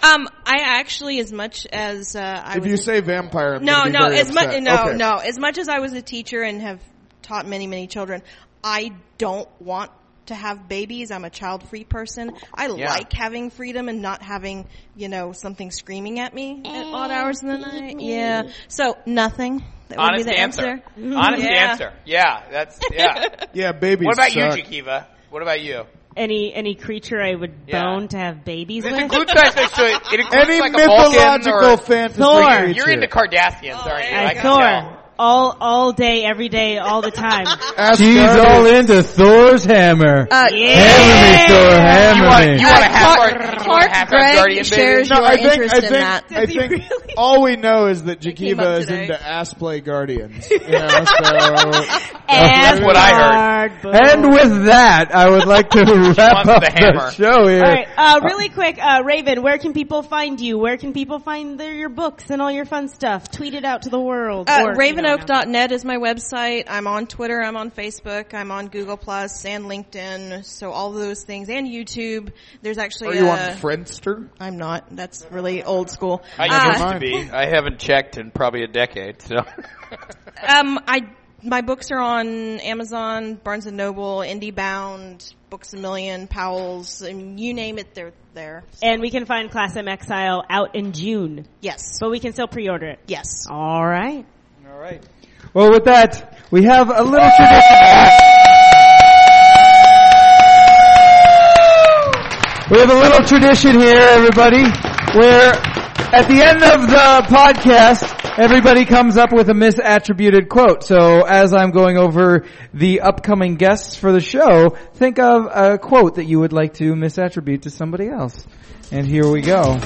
Speaker 7: Um, I actually, as much as uh, I
Speaker 9: If
Speaker 7: was
Speaker 9: you say vampire, I'm
Speaker 7: no,
Speaker 9: gonna be
Speaker 7: no,
Speaker 9: very
Speaker 7: as much
Speaker 9: upset.
Speaker 7: no,
Speaker 9: Okay.
Speaker 7: no, as much as I was a teacher and have taught many, many children, I don't want to have babies. I'm a child-free person. I
Speaker 2: Yeah.
Speaker 7: like having freedom and not having, you know, something screaming at me at odd hours in the night.
Speaker 9: Mm-hmm.
Speaker 7: Yeah. So nothing. That would
Speaker 2: Honest
Speaker 7: be the
Speaker 2: answer.
Speaker 7: answer. Mm-hmm.
Speaker 2: Honest
Speaker 7: Yeah.
Speaker 2: answer. Yeah, that's yeah.
Speaker 9: Yeah, babies.
Speaker 2: what about you,
Speaker 9: suck.
Speaker 2: Jakiva? What about you?
Speaker 1: Any any creature I would
Speaker 2: Yeah.
Speaker 1: bone to have babies
Speaker 2: It
Speaker 1: with?
Speaker 2: includes science fiction. so It includes
Speaker 9: Any
Speaker 2: like a Vulcan
Speaker 9: mythological
Speaker 2: or
Speaker 9: fantasy
Speaker 1: Thor.
Speaker 9: creature.
Speaker 2: you're into Cardassians,
Speaker 7: Oh,
Speaker 2: aren't you? I
Speaker 1: I
Speaker 2: can tell.
Speaker 1: Thor. All all day, every day, all the time.
Speaker 3: She's all into Thor's hammer.
Speaker 7: Uh,
Speaker 3: Hammer me, Thor, hammer
Speaker 2: You want,
Speaker 3: me
Speaker 2: you
Speaker 3: me.
Speaker 2: want a half
Speaker 7: Clark-
Speaker 2: hour, you want
Speaker 7: Clark
Speaker 2: a half hour
Speaker 7: Gregg
Speaker 2: guardian baby?
Speaker 7: shares
Speaker 9: No,
Speaker 7: your
Speaker 9: I think-
Speaker 7: interest
Speaker 9: I
Speaker 7: in
Speaker 9: think-
Speaker 7: that.
Speaker 1: Does
Speaker 9: I
Speaker 1: he
Speaker 9: think-
Speaker 1: really?
Speaker 9: all we know is that
Speaker 7: came up
Speaker 9: Jakiva is
Speaker 7: today.
Speaker 9: into ass play guardians. You know, so uh,
Speaker 1: That's
Speaker 2: what I heard.
Speaker 3: And with that, I would like to wrap
Speaker 2: wants
Speaker 3: up
Speaker 2: the hammer.
Speaker 3: the show here.
Speaker 1: All right, uh, really quick, uh, Raven, where can people find you? Where can people find their, your books and all your fun stuff? Tweet it out to the world.
Speaker 7: Uh,
Speaker 1: or-
Speaker 7: ravenoak.net is my website. I'm on Twitter. I'm on Facebook. I'm on Google Plus and LinkedIn. So all those things and YouTube. There's actually.
Speaker 9: Are you
Speaker 7: a-
Speaker 9: on Friendster?
Speaker 7: I'm not. That's really old school.
Speaker 2: I
Speaker 7: Uh,
Speaker 2: used to be. I haven't checked in probably a decade, so.
Speaker 7: Um, I my books are on Amazon, Barnes and Noble, IndieBound, Books a Million, Powell's, and you name it, they're there.
Speaker 1: And we can find Class M Exile out in June,
Speaker 7: Yes,
Speaker 1: but we can still pre-order it.
Speaker 7: yes.
Speaker 1: All right.
Speaker 3: Well, with that, we have a little tradition. We have a little tradition here, everybody, where at the end of the podcast, everybody comes up with a misattributed quote. So as I'm going over the upcoming guests for the show, think of a quote that you would like to misattribute to somebody else. And here we go.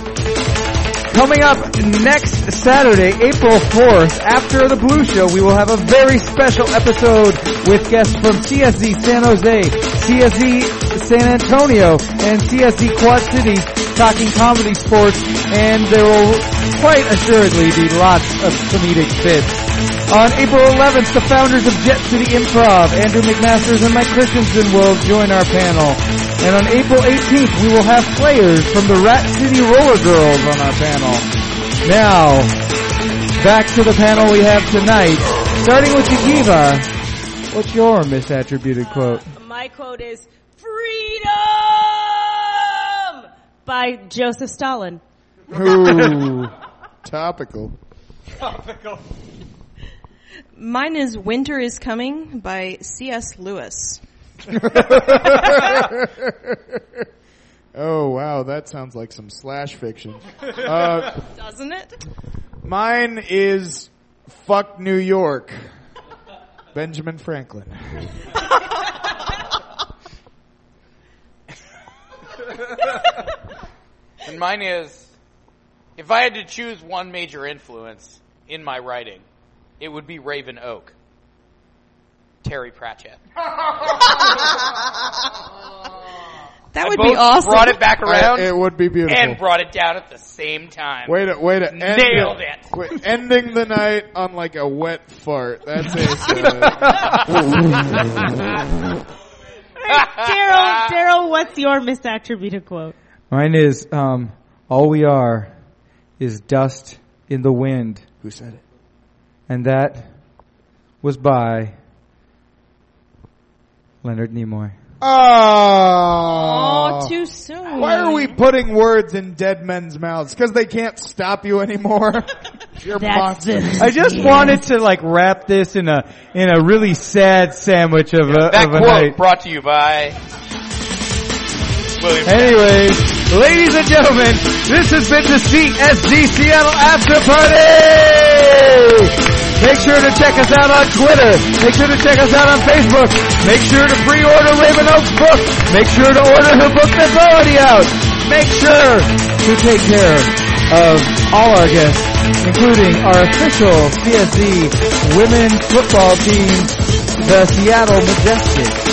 Speaker 3: Coming up next Saturday, April 4th, after the Blue Show, we will have a very special episode with guests from CSD San Jose, CSD San Antonio, and CSD Quad City talking comedy sports, and there will quite assuredly be lots of comedic bits. On April 11th, the founders of Jet City Improv, Andrew McMasters and Mike Christensen will join our panel. And on April 18th, we will have players from the Rat City Roller Girls on our panel. Now, back to the panel we have tonight. Starting with Yakiva, what's your misattributed quote?
Speaker 1: My quote is "Freedom" by Joseph Stalin.
Speaker 9: Ooh, topical.
Speaker 7: Mine is Winter is Coming by C.S. Lewis.
Speaker 9: Oh wow, that sounds like some slash fiction. Uh,
Speaker 7: Doesn't it?
Speaker 9: mine is fuck New York. Benjamin Franklin.
Speaker 2: And mine is, if I had to choose one major influence in my writing, it would be Raven Oak. Terry Pratchett.
Speaker 7: That
Speaker 2: I
Speaker 7: would
Speaker 2: both
Speaker 7: be awesome.
Speaker 2: Brought it back around
Speaker 9: it would be beautiful.
Speaker 2: and brought it down at the same time.
Speaker 9: Way to way to end
Speaker 2: Nailed it.
Speaker 9: Wait, ending the night on like a wet fart. That's it. uh,
Speaker 1: Daryl, Daryl, what's your misattributed quote?
Speaker 3: Mine is, um, all we are is dust in the wind.
Speaker 9: who said it?
Speaker 3: And that was by Leonard Nimoy.
Speaker 9: Oh,
Speaker 7: Oh, too soon.
Speaker 9: why are we putting words in dead men's mouths? Because they can't stop you anymore. You're
Speaker 1: That's
Speaker 9: monsters.
Speaker 3: I just wanted to like wrap this in a in a really sad sandwich of a
Speaker 2: That
Speaker 3: of a
Speaker 2: quote
Speaker 3: night.
Speaker 2: brought to you by William.
Speaker 3: Anyways, ladies and gentlemen, this has been the CSD Seattle After Party! Make sure to check us out on Twitter. Make sure to check us out on Facebook. Make sure to pre-order Raven Oak's book. Make sure to order her book that's already out. Make sure to take care of all our guests, including our official CSD women's football team, the Seattle Majestic.